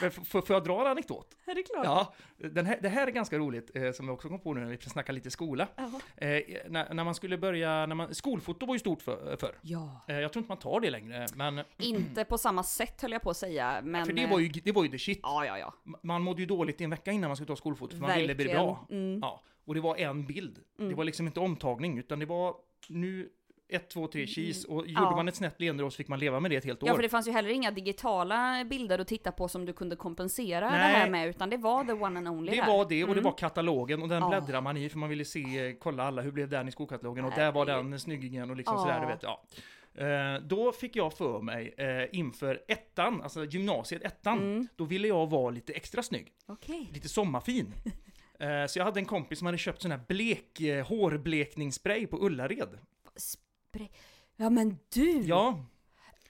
Speaker 2: men f- f- får jag dra en anekdot?
Speaker 1: Är det klart?
Speaker 2: Ja, den här, det här är ganska roligt, eh, som jag också kom på nu när vi snackar lite skola.
Speaker 1: Ja.
Speaker 2: Eh, när, när man skulle börja, när man, skolfoto var ju stort för, förr.
Speaker 1: Ja.
Speaker 2: Eh, jag tror inte man tar det längre, men...
Speaker 1: Inte på samma sätt höll jag på att säga, men... eh,
Speaker 2: För det var, ju, det var ju the shit.
Speaker 1: Ja, ja, ja.
Speaker 2: Man mådde ju dåligt i en vecka innan man skulle ta skolfoto, för man ville bli
Speaker 1: Verkligen.
Speaker 2: bra.
Speaker 1: Mm.
Speaker 2: Ja, och det var en bild. Det var liksom inte omtagning, utan det var nu ett, två, tre, cheese. Och gjorde
Speaker 1: Mm. Ja.
Speaker 2: man ett snett leende då så fick man leva med det ett helt år.
Speaker 1: Ja, för det fanns ju heller inga digitala bilder att titta på som du kunde kompensera
Speaker 2: Nej.
Speaker 1: det här med, utan det var the one and only
Speaker 2: det
Speaker 1: där.
Speaker 2: var det, och det var katalogen, och den
Speaker 1: Mm. Ja.
Speaker 2: bläddrar man i för man ville se, kolla alla, hur blev den i skolkatalogen? Och där var den snyggingen och liksom
Speaker 1: Ja.
Speaker 2: sådär, du vet. Ja. Eh, då fick jag för mig eh, inför ettan, alltså gymnasiet ettan,
Speaker 1: Mm.
Speaker 2: då ville jag vara lite extra snygg,
Speaker 1: Okej. (laughs)
Speaker 2: lite sommarfin. Eh, så jag hade en kompis som hade köpt sån här blek, eh, hårblekningsspray på
Speaker 1: Mm.
Speaker 2: Ullared.
Speaker 1: Spray. Ja men du!
Speaker 2: Ja,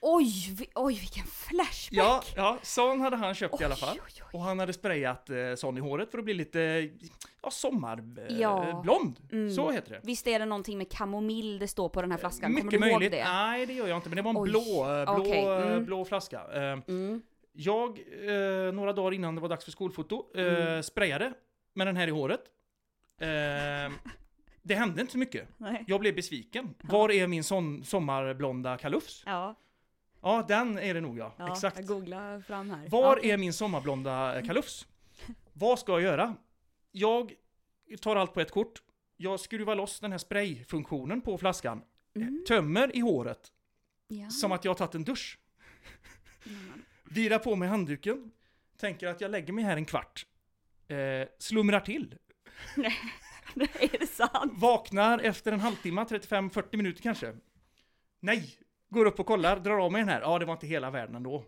Speaker 1: Oj, vi, oj vilken flashback!
Speaker 2: ja, ja, sån hade han köpt
Speaker 1: oj,
Speaker 2: i alla fall.
Speaker 1: Oj, oj.
Speaker 2: Och han hade sprayat eh, sån i håret för att bli lite, ja, sommarblond. Eh,
Speaker 1: Ja.
Speaker 2: blond.
Speaker 1: Mm.
Speaker 2: Så heter det.
Speaker 1: Visst är det någonting med kamomill det står på den här flaskan?
Speaker 2: Mycket
Speaker 1: Kommer du
Speaker 2: möjligt.
Speaker 1: ihåg det?
Speaker 2: Nej, det gör jag inte. Men det var en
Speaker 1: Oj.
Speaker 2: blå, eh, blå,
Speaker 1: Okej,
Speaker 2: eh,
Speaker 1: mm.
Speaker 2: blå flaska. Eh,
Speaker 1: Mm.
Speaker 2: Jag, eh, några dagar innan det var dags för skolfoto, eh,
Speaker 1: Mm.
Speaker 2: sprayade med den här i håret. Eh, (laughs) det hände inte så mycket.
Speaker 1: Nej.
Speaker 2: Jag blev besviken. Var är min son- sommarblonda kalufs?
Speaker 1: Ja,
Speaker 2: Ja, den är det nog ja.
Speaker 1: ja
Speaker 2: Exakt.
Speaker 1: jag googlar fram här.
Speaker 2: Var
Speaker 1: ja.
Speaker 2: är min sommarblonda eh, kalufs? Vad ska jag göra? Jag tar allt på ett kort. Jag skruvar loss den här sprayfunktionen på flaskan.
Speaker 1: Mm.
Speaker 2: Tömmer i håret.
Speaker 1: Ja.
Speaker 2: (laughs) Som att jag har tagit en dusch.
Speaker 1: (laughs)
Speaker 2: Virar på mig handduken. Tänker att jag lägger mig här en kvart. Eh, slumrar till.
Speaker 1: är det sant?
Speaker 2: Vaknar efter en halvtimme, 35-40 minuter kanske. Nej! Går upp och kollar, drar av mig den här. Ja, det var inte hela världen ändå.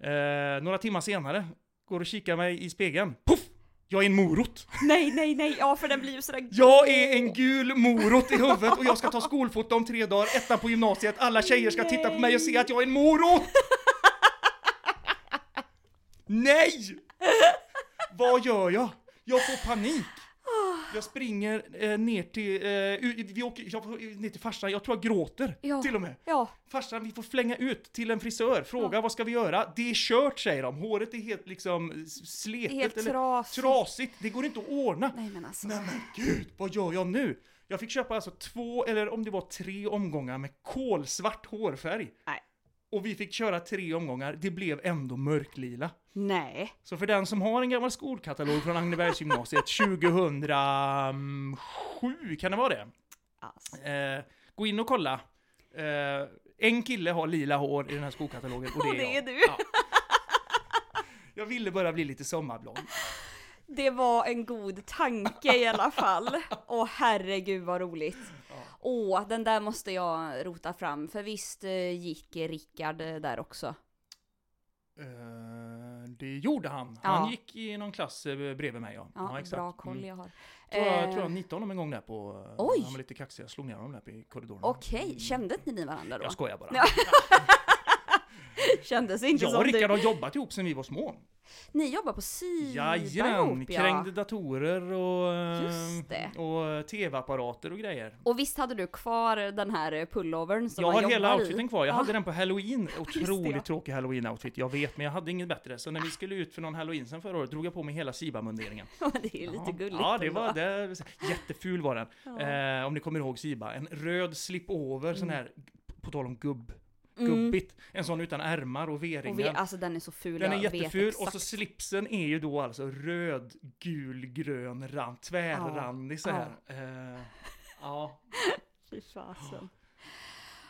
Speaker 2: Eh, några timmar senare, går och kikar mig i spegeln. Puff! Jag är en morot!
Speaker 1: Nej, nej, nej, ja för den blir ju sådär...
Speaker 2: Jag är en gul morot i huvudet och jag ska ta skolfoto om tre dagar, ettan på gymnasiet, alla tjejer ska titta på mig och se att jag är en morot! Nej! Vad gör jag? Jag får panik! Jag springer eh, ner till, eh, ut- vi åker, jag får, ner till farsan, jag tror jag gråter
Speaker 1: Ja.
Speaker 2: till och med.
Speaker 1: Ja,
Speaker 2: Farsan, vi får flänga ut till en frisör, fråga vad ska vi göra? Det är kört säger de, håret är helt liksom sletet
Speaker 1: helt
Speaker 2: eller
Speaker 1: trasigt.
Speaker 2: trasigt, det går inte att ordna.
Speaker 1: Nej men alltså.
Speaker 2: Nej men gud, vad gör jag nu? Jag fick köpa alltså två, eller om det var tre omgångar med kolsvart hårfärg.
Speaker 1: Nej.
Speaker 2: Och vi fick köra tre omgångar, det blev ändå mörklila.
Speaker 1: Nej.
Speaker 2: Så för den som har en gammal skolkatalog
Speaker 1: (laughs)
Speaker 2: från Agnebergsgymnasiet 2007, kan det vara det?
Speaker 1: Alltså.
Speaker 2: Eh, gå in och kolla. Eh, en kille har lila hår i den här skolkatalogen och det
Speaker 1: (laughs)
Speaker 2: är,
Speaker 1: Och det är
Speaker 2: jag.
Speaker 1: du.
Speaker 2: Ja. Jag ville börja bli lite sommarblond.
Speaker 1: Det var en god tanke i alla
Speaker 2: (laughs)
Speaker 1: fall. Åh herregud vad roligt. Åh, den där måste jag rota fram. För visst eh, gick Rickard eh, där också?
Speaker 2: Eh, Det gjorde han.
Speaker 1: Ja.
Speaker 2: Han gick i någon klass eh, bredvid mig. Ja,
Speaker 1: Ja, bra koll
Speaker 2: Mm.
Speaker 1: jag har.
Speaker 2: Tror jag,
Speaker 1: Eh,
Speaker 2: tror jag 19 om en gång där på... eh,
Speaker 1: Oj!
Speaker 2: Han var lite kaxig, jag slog ner honom där i korridoren.
Speaker 1: Okej, kände inte ni varandra då?
Speaker 2: Jag skojar bara.
Speaker 1: Ja. (laughs) Kändes inte
Speaker 2: Jag
Speaker 1: som
Speaker 2: och
Speaker 1: du.
Speaker 2: Rickard har jobbat ihop sedan vi var små.
Speaker 1: Ni jobbar på Sida
Speaker 2: Jajamän!
Speaker 1: ihop ja.
Speaker 2: Krängde datorer och... eh,
Speaker 1: Just det.
Speaker 2: Och eh, tv-apparater och grejer.
Speaker 1: Och visst hade du kvar den här eh, pullovern som
Speaker 2: jag
Speaker 1: man
Speaker 2: har hela
Speaker 1: jobbar i? (laughs)
Speaker 2: outfiten kvar. Jag
Speaker 1: Ja.
Speaker 2: hade den
Speaker 1: (laughs)
Speaker 2: på halloween.
Speaker 1: det, ja.
Speaker 2: Otroligt tråkig halloween-outfit, jag vet. Men jag hade inget bättre. Så när vi skulle ut för någon halloween sen förra året drog jag på mig hela Siba-munderingen.
Speaker 1: det är ju lite gulligt
Speaker 2: Ja, det
Speaker 1: ändå.
Speaker 2: var det. Jätteful var den. Eh, om ni kommer ihåg Siba. En röd slip-over, sån
Speaker 1: Mm.
Speaker 2: här, på tal om gubb, gubbigt. En sån utan ärmar och
Speaker 1: Och vi,
Speaker 2: V-ringar.
Speaker 1: alltså den är så ful,
Speaker 2: den är
Speaker 1: jag vet
Speaker 2: jätteful
Speaker 1: exakt.
Speaker 2: och så slipsen är ju då alltså röd, gul, grön rand, tvärrandig så här. Eh, ja.
Speaker 1: Fy fasen. (gasps)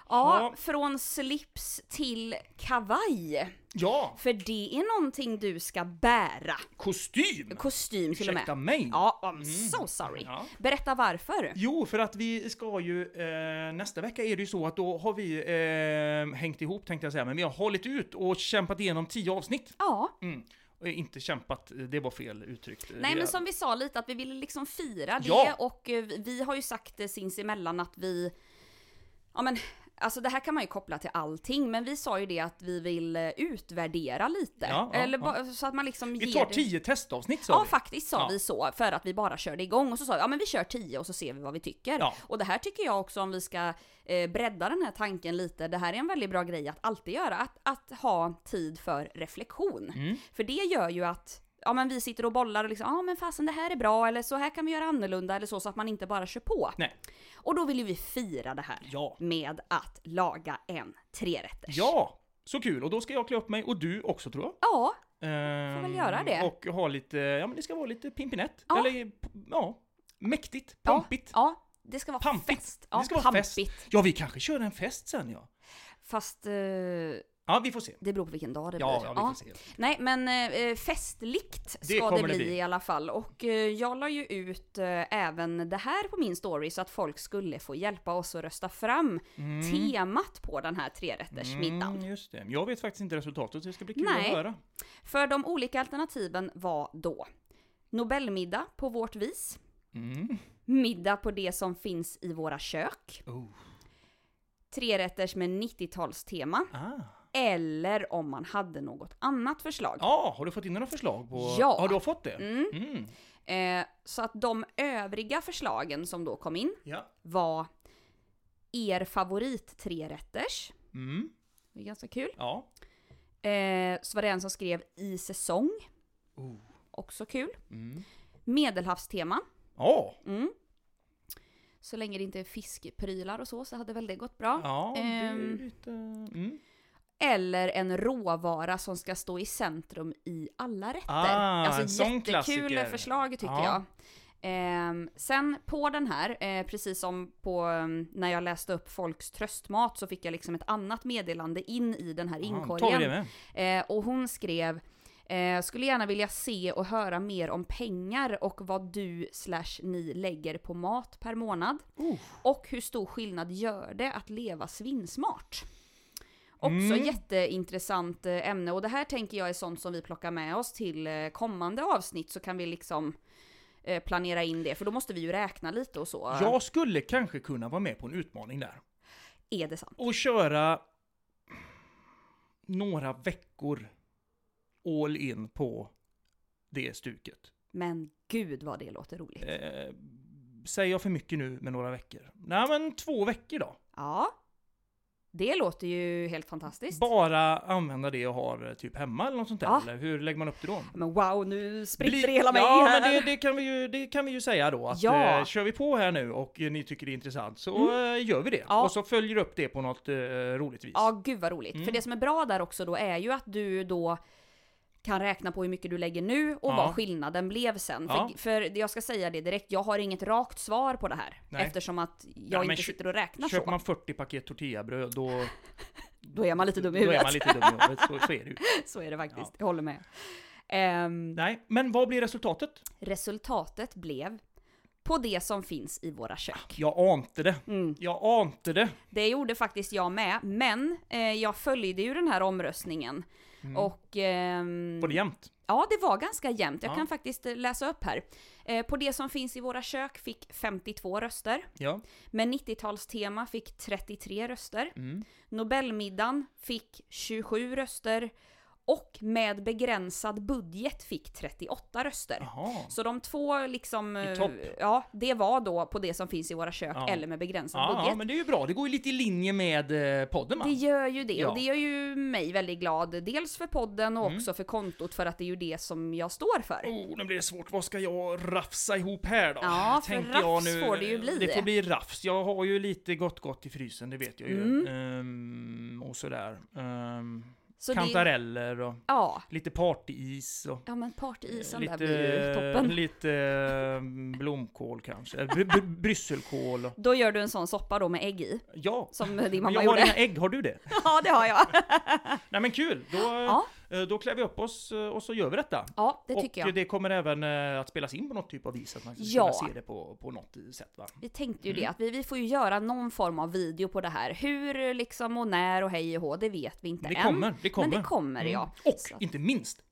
Speaker 1: Ja,
Speaker 2: Ja.
Speaker 1: från slips till kavaj.
Speaker 2: ja,
Speaker 1: För det är någonting du ska bära.
Speaker 2: kostym!
Speaker 1: Kostym till och
Speaker 2: Ursäkta
Speaker 1: med.
Speaker 2: mig!
Speaker 1: Ja, I'm so sorry.
Speaker 2: Ja.
Speaker 1: Berätta varför.
Speaker 2: Jo, för att vi ska ju, eh, nästa vecka är det ju så att då har vi eh, hängt ihop tänkte jag säga, men vi har hållit ut och kämpat igenom tio avsnitt.
Speaker 1: Ja,
Speaker 2: Mm. Och Inte kämpat, det var fel uttryckt.
Speaker 1: nej
Speaker 2: Det-
Speaker 1: men som vi sa lite att vi ville liksom fira det
Speaker 2: Ja.
Speaker 1: och eh, vi- vi har ju sagt eh, sinsemellan att vi, ja men Alltså det här kan man ju koppla till allting, men vi sa ju det att vi vill eh, utvärdera lite.
Speaker 2: Ja, ja,
Speaker 1: Eller
Speaker 2: ja.
Speaker 1: ba- så att man liksom
Speaker 2: Vi
Speaker 1: ger
Speaker 2: tar
Speaker 1: det-
Speaker 2: tio testavsnitt sa
Speaker 1: Ja
Speaker 2: vi.
Speaker 1: faktiskt sa
Speaker 2: Ja.
Speaker 1: vi så för att vi bara körde igång och så sa vi ja men vi kör 10 och så ser vi vad vi tycker.
Speaker 2: Ja.
Speaker 1: Och det här tycker jag också om vi ska eh, bredda den här tanken lite. Det här är en väldigt bra grej att alltid göra, att, att ha tid för reflektion.
Speaker 2: Mm.
Speaker 1: För det gör ju att Ja men vi sitter och bollar och liksom, ja ah, men fasen det här är bra eller så här kan vi göra annorlunda eller så så att man inte bara kör på.
Speaker 2: Nej.
Speaker 1: Och då vill ju vi fira det här
Speaker 2: Ja.
Speaker 1: med att laga en trerätters.
Speaker 2: Ja! Så kul! Och då ska jag klä upp mig, och du också tror jag.
Speaker 1: Ja,
Speaker 2: Ehm,
Speaker 1: Får väl göra det.
Speaker 2: Och ha lite, ja men det ska vara lite pimpinett.
Speaker 1: Ja.
Speaker 2: Eller, ja, mäktigt,
Speaker 1: Ja.
Speaker 2: pampigt.
Speaker 1: ja, det ska vara
Speaker 2: Pampigt.
Speaker 1: fest. Ja,
Speaker 2: Det ska vara fest.
Speaker 1: pampigt.
Speaker 2: Ja, vi kanske kör en fest sen ja.
Speaker 1: Fast eh,
Speaker 2: Ja, vi får se.
Speaker 1: Det beror på vilken dag det
Speaker 2: Ja,
Speaker 1: blir.
Speaker 2: ja, vi får se.
Speaker 1: Nej, men eh, festligt
Speaker 2: Det
Speaker 1: ska det,
Speaker 2: kommer det
Speaker 1: bli
Speaker 2: bli.
Speaker 1: i alla fall. Och eh, jag la ju ut eh, även det här på min story så att folk skulle få hjälpa oss att rösta fram temat på den här trerättersmiddagen.
Speaker 2: Mm, just det. Jag vet faktiskt inte resultatet, så det ska bli kul
Speaker 1: Nej.
Speaker 2: att höra.
Speaker 1: För de olika alternativen var då Nobelmiddag på vårt vis,
Speaker 2: Mm.
Speaker 1: middag på det som finns i våra kök,
Speaker 2: Oh.
Speaker 1: trerätters med 90-talstema
Speaker 2: Ah.
Speaker 1: eller om man hade något annat förslag.
Speaker 2: Ja, Ah, har du fått in några förslag? På...
Speaker 1: Ja.
Speaker 2: Har du fått det?
Speaker 1: Mm.
Speaker 2: Mm.
Speaker 1: Eh, så att de övriga förslagen som då kom in
Speaker 2: Ja.
Speaker 1: var er favorit trerätters.
Speaker 2: Mm.
Speaker 1: Det är ganska kul.
Speaker 2: Ja.
Speaker 1: Eh, så var det en som skrev i säsong.
Speaker 2: Oh.
Speaker 1: Också kul.
Speaker 2: Mm.
Speaker 1: Medelhavstema.
Speaker 2: Ja.
Speaker 1: Mm. Så länge det inte är fiskprylar och så så hade väl det gått bra.
Speaker 2: Ja, det är
Speaker 1: Ehm.
Speaker 2: lite... Mm.
Speaker 1: Eller en råvara som ska stå i centrum i alla rätter.
Speaker 2: Ah, en
Speaker 1: alltså
Speaker 2: sån
Speaker 1: jättekul
Speaker 2: klassiker.
Speaker 1: förslag tycker
Speaker 2: Ja.
Speaker 1: jag. Ehm, sen på den här, eh, precis som på ehm, när jag läste upp folks tröstmat så fick jag liksom ett annat meddelande in i den här
Speaker 2: Ja, tar vi det
Speaker 1: inkorgen.
Speaker 2: med.
Speaker 1: Eh, och hon skrev eh, skulle gärna vilja se och höra mer om pengar och vad du slash ni lägger på mat per månad.
Speaker 2: Oh.
Speaker 1: Och hur stor skillnad gör det att leva svinsmart? Också
Speaker 2: Mm.
Speaker 1: jätteintressant eh, ämne och det här tänker jag är sånt som vi plockar med oss till eh, kommande avsnitt så kan vi liksom eh, planera in det för då måste vi ju räkna lite och så.
Speaker 2: Jag skulle kanske kunna vara med på en utmaning där.
Speaker 1: Är det sant?
Speaker 2: Och köra några veckor all in på det stuket.
Speaker 1: Men gud vad det låter roligt.
Speaker 2: Eh, säger jag för mycket nu med några veckor? Nej men två veckor då.
Speaker 1: Ja. Det låter ju helt fantastiskt.
Speaker 2: Bara använda det jag har eh, typ hemma eller något sånt där.
Speaker 1: Ja.
Speaker 2: Eller hur lägger man upp det då?
Speaker 1: Men wow, nu spritter det
Speaker 2: Bli-
Speaker 1: hela mig
Speaker 2: ja,
Speaker 1: här.
Speaker 2: men det, det, kan vi ju, det kan vi ju säga då att
Speaker 1: Ja. Mm.
Speaker 2: eh, kör vi på här nu och eh, ni tycker det är intressant så eh, gör vi det.
Speaker 1: Ja.
Speaker 2: Och så följer upp det på något eh, roligt vis.
Speaker 1: Ja, gud vad roligt.
Speaker 2: Mm.
Speaker 1: För det som är bra där också då är ju att du då kan räkna på hur mycket du lägger nu och
Speaker 2: Ja.
Speaker 1: vad skillnaden blev sen.
Speaker 2: Ja.
Speaker 1: För, för jag ska säga det direkt, jag har inget rakt svar på det här.
Speaker 2: Nej.
Speaker 1: Eftersom att
Speaker 2: Ja,
Speaker 1: jag
Speaker 2: men
Speaker 1: inte
Speaker 2: kö-
Speaker 1: sitter och räknar så.
Speaker 2: Köper man 40 paket
Speaker 1: (laughs)
Speaker 2: tortillabröd då,
Speaker 1: Då är man lite dum i
Speaker 2: då är man
Speaker 1: huvudet.
Speaker 2: lite dum i huvudet. Så, så är
Speaker 1: (laughs)
Speaker 2: det ju.
Speaker 1: Så är det faktiskt,
Speaker 2: Ja.
Speaker 1: jag håller med. Ehm,
Speaker 2: Nej, men vad blir resultatet?
Speaker 1: resultatet blev på det som finns i våra kök.
Speaker 2: Jag ante det.
Speaker 1: Mm.
Speaker 2: Jag ante det.
Speaker 1: Det gjorde faktiskt jag med, men eh, jag följde ju den här omröstningen. Och... ehm,
Speaker 2: Var Mm. det jämnt?
Speaker 1: Ja, det var ganska jämnt. Jag
Speaker 2: Ja.
Speaker 1: kan faktiskt eh, läsa upp här. Eh, på det som finns i våra kök fick 52 röster.
Speaker 2: Ja.
Speaker 1: Med 90-talstema fick 33 röster.
Speaker 2: Mm.
Speaker 1: Nobelmiddagen fick 27 röster. Och med begränsad budget fick 38 röster.
Speaker 2: Jaha.
Speaker 1: Så de två liksom...
Speaker 2: I
Speaker 1: eh,
Speaker 2: topp.
Speaker 1: Ja, det var då på det som finns i våra kök
Speaker 2: Ja.
Speaker 1: eller med begränsad
Speaker 2: Ja,
Speaker 1: budget.
Speaker 2: ja, men det är ju bra. Det går ju lite i linje med eh, podden va?
Speaker 1: Det gör ju det
Speaker 2: Ja. Mm.
Speaker 1: och det gör ju mig väldigt glad. Dels för podden och också för kontot för att det är ju det som jag står för.
Speaker 2: Oh, nu blir det svårt. Vad ska jag rafsa ihop här då?
Speaker 1: Ja, för
Speaker 2: Tänkte
Speaker 1: rafs får det ju bli.
Speaker 2: Det får bli rafs. Jag har ju lite gott gott i frysen, det vet jag ju.
Speaker 1: Mm.
Speaker 2: Ehm, och sådär. Ehm,
Speaker 1: Så det,
Speaker 2: kantareller och
Speaker 1: ja,
Speaker 2: lite partyis och...
Speaker 1: Ja men partyisen
Speaker 2: Lite,
Speaker 1: där blir ju toppen.
Speaker 2: (laughs) lite ehm, blomkål kanske, Eller bry, bry, brysselkål. och-
Speaker 1: Då gör du en sån soppa då med ägg i,
Speaker 2: Ja, (laughs)
Speaker 1: som din
Speaker 2: men
Speaker 1: mamma
Speaker 2: jag har
Speaker 1: gjorde.
Speaker 2: inga ägg, har du det?
Speaker 1: (laughs) Ja det har
Speaker 2: (laughs)
Speaker 1: jag.
Speaker 2: Nej men kul, då,
Speaker 1: Ja,
Speaker 2: eh, då klär vi upp oss eh, och så gör vi detta.
Speaker 1: ja det
Speaker 2: och
Speaker 1: tycker
Speaker 2: eh,
Speaker 1: jag.
Speaker 2: det kommer även eh, att spelas in på något typ av vis, att man ska
Speaker 1: Ja.
Speaker 2: kunna se det på, på något sätt va?
Speaker 1: Vi tänkte
Speaker 2: Mm.
Speaker 1: ju det att vi, vi får ju göra någon form av video på det här. Hur liksom och när och hej och hå, det vet vi inte
Speaker 2: Det
Speaker 1: än.
Speaker 2: kommer, det kommer. Mm.
Speaker 1: Men det kommer ja.
Speaker 2: Och
Speaker 1: Så-
Speaker 2: inte minst,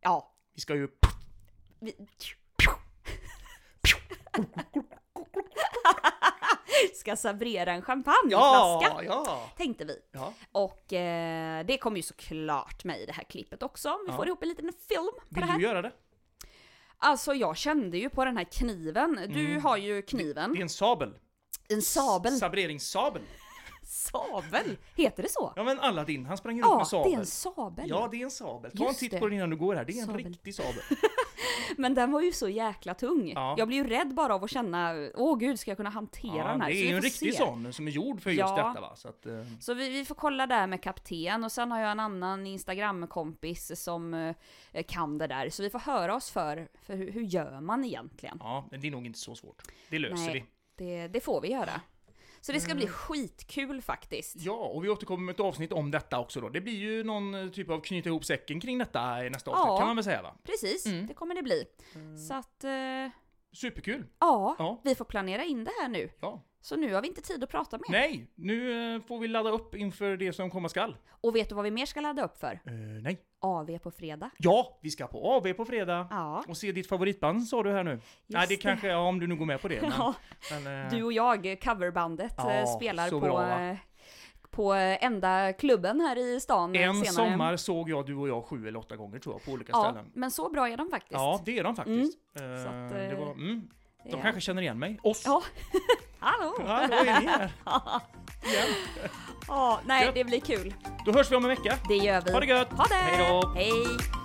Speaker 1: Ja.
Speaker 2: vi ska ju...
Speaker 1: Vi... (laughs) Ska servera en champagneflaska.
Speaker 2: ja!
Speaker 1: Tänkte vi.
Speaker 2: ja.
Speaker 1: Och eh, det kommer ju såklart med i det här klippet också. om Vi
Speaker 2: Ja.
Speaker 1: får ihop en liten film på det
Speaker 2: Vill
Speaker 1: här.
Speaker 2: du göra det?
Speaker 1: Alltså jag kände ju på den här kniven, du
Speaker 2: Mm.
Speaker 1: har ju kniven,
Speaker 2: Det är en sabel.
Speaker 1: en Mm. sabel.
Speaker 2: Sabreringssabel.
Speaker 1: Sabel? Heter det så?
Speaker 2: Ja men Aladdin, han sprang ju runt
Speaker 1: Ja,
Speaker 2: med sabel.
Speaker 1: det är en sabel.
Speaker 2: Ja, det är en sabel. Ta
Speaker 1: Just
Speaker 2: en titt
Speaker 1: det.
Speaker 2: på den innan du går här. Det är en
Speaker 1: Sabel. (laughs)
Speaker 2: riktig sabel.
Speaker 1: Men den var ju så jäkla tung.
Speaker 2: Ja.
Speaker 1: Jag blir ju rädd bara av att känna, åh gud ska jag kunna hantera
Speaker 2: Ja,
Speaker 1: den här?
Speaker 2: det
Speaker 1: Så
Speaker 2: är
Speaker 1: vi
Speaker 2: ju
Speaker 1: får
Speaker 2: en riktig
Speaker 1: se.
Speaker 2: sån som är gjord för just
Speaker 1: Ja.
Speaker 2: detta va. Så att, eh,
Speaker 1: Så vi, vi får kolla där med kapten och sen har jag en annan Instagram-kompis som eh, kan det där. Så vi får höra oss för, för hur, hur gör man egentligen?
Speaker 2: ja, men det är nog inte så svårt. Det löser
Speaker 1: Nej.
Speaker 2: vi.
Speaker 1: Det, det får vi göra. Så det ska
Speaker 2: Mm.
Speaker 1: bli skitkul faktiskt.
Speaker 2: Ja, och vi återkommer med ett avsnitt om detta också då. Det blir ju någon eh, typ av knyta ihop säcken kring detta i nästa avsnitt
Speaker 1: Ja.
Speaker 2: kan man väl säga va?
Speaker 1: Precis,
Speaker 2: Mm.
Speaker 1: det kommer det bli. Så att, eh,
Speaker 2: Superkul!
Speaker 1: ja,
Speaker 2: Ja.
Speaker 1: vi får planera in det här nu.
Speaker 2: Ja.
Speaker 1: Så nu har vi inte tid att prata mer.
Speaker 2: Nej, nu eh, får vi ladda upp inför det som komma skall.
Speaker 1: Och vet du vad vi mer ska ladda upp för?
Speaker 2: Eh, nej.
Speaker 1: AV på fredag.
Speaker 2: Ja, vi ska på AV på fredag.
Speaker 1: Ja,
Speaker 2: Och se ditt favoritband sa du här nu. Nej, det
Speaker 1: det.
Speaker 2: kanske, ja, om du nu går med
Speaker 1: (laughs)
Speaker 2: på det. Men,
Speaker 1: ja
Speaker 2: men, eh,
Speaker 1: du och jag, coverbandet, eh,
Speaker 2: Ja,
Speaker 1: spelar
Speaker 2: så
Speaker 1: på,
Speaker 2: bra, va?
Speaker 1: eh, på eh, enda klubben här i stan eh,
Speaker 2: en
Speaker 1: senare.
Speaker 2: sommar såg jag du och jag sju eller åtta gånger tror jag, på olika
Speaker 1: Ja,
Speaker 2: ställen.
Speaker 1: men så bra är de faktiskt.
Speaker 2: Ja, det är de faktiskt. Eh,
Speaker 1: Så att,
Speaker 2: det
Speaker 1: eh,
Speaker 2: var, mm,
Speaker 1: Det
Speaker 2: de
Speaker 1: är-
Speaker 2: kanske känner igen mig. Oss!
Speaker 1: Ja. Eh, Hallå!
Speaker 2: Ja, då är
Speaker 1: (laughs)
Speaker 2: ni här.
Speaker 1: Ja, nej,
Speaker 2: Gött.
Speaker 1: det blir kul.
Speaker 2: Då hörs vi om en vecka.
Speaker 1: Det gör vi.
Speaker 2: Ha det gött!
Speaker 1: Ha det!
Speaker 2: Hej då!
Speaker 1: Hej!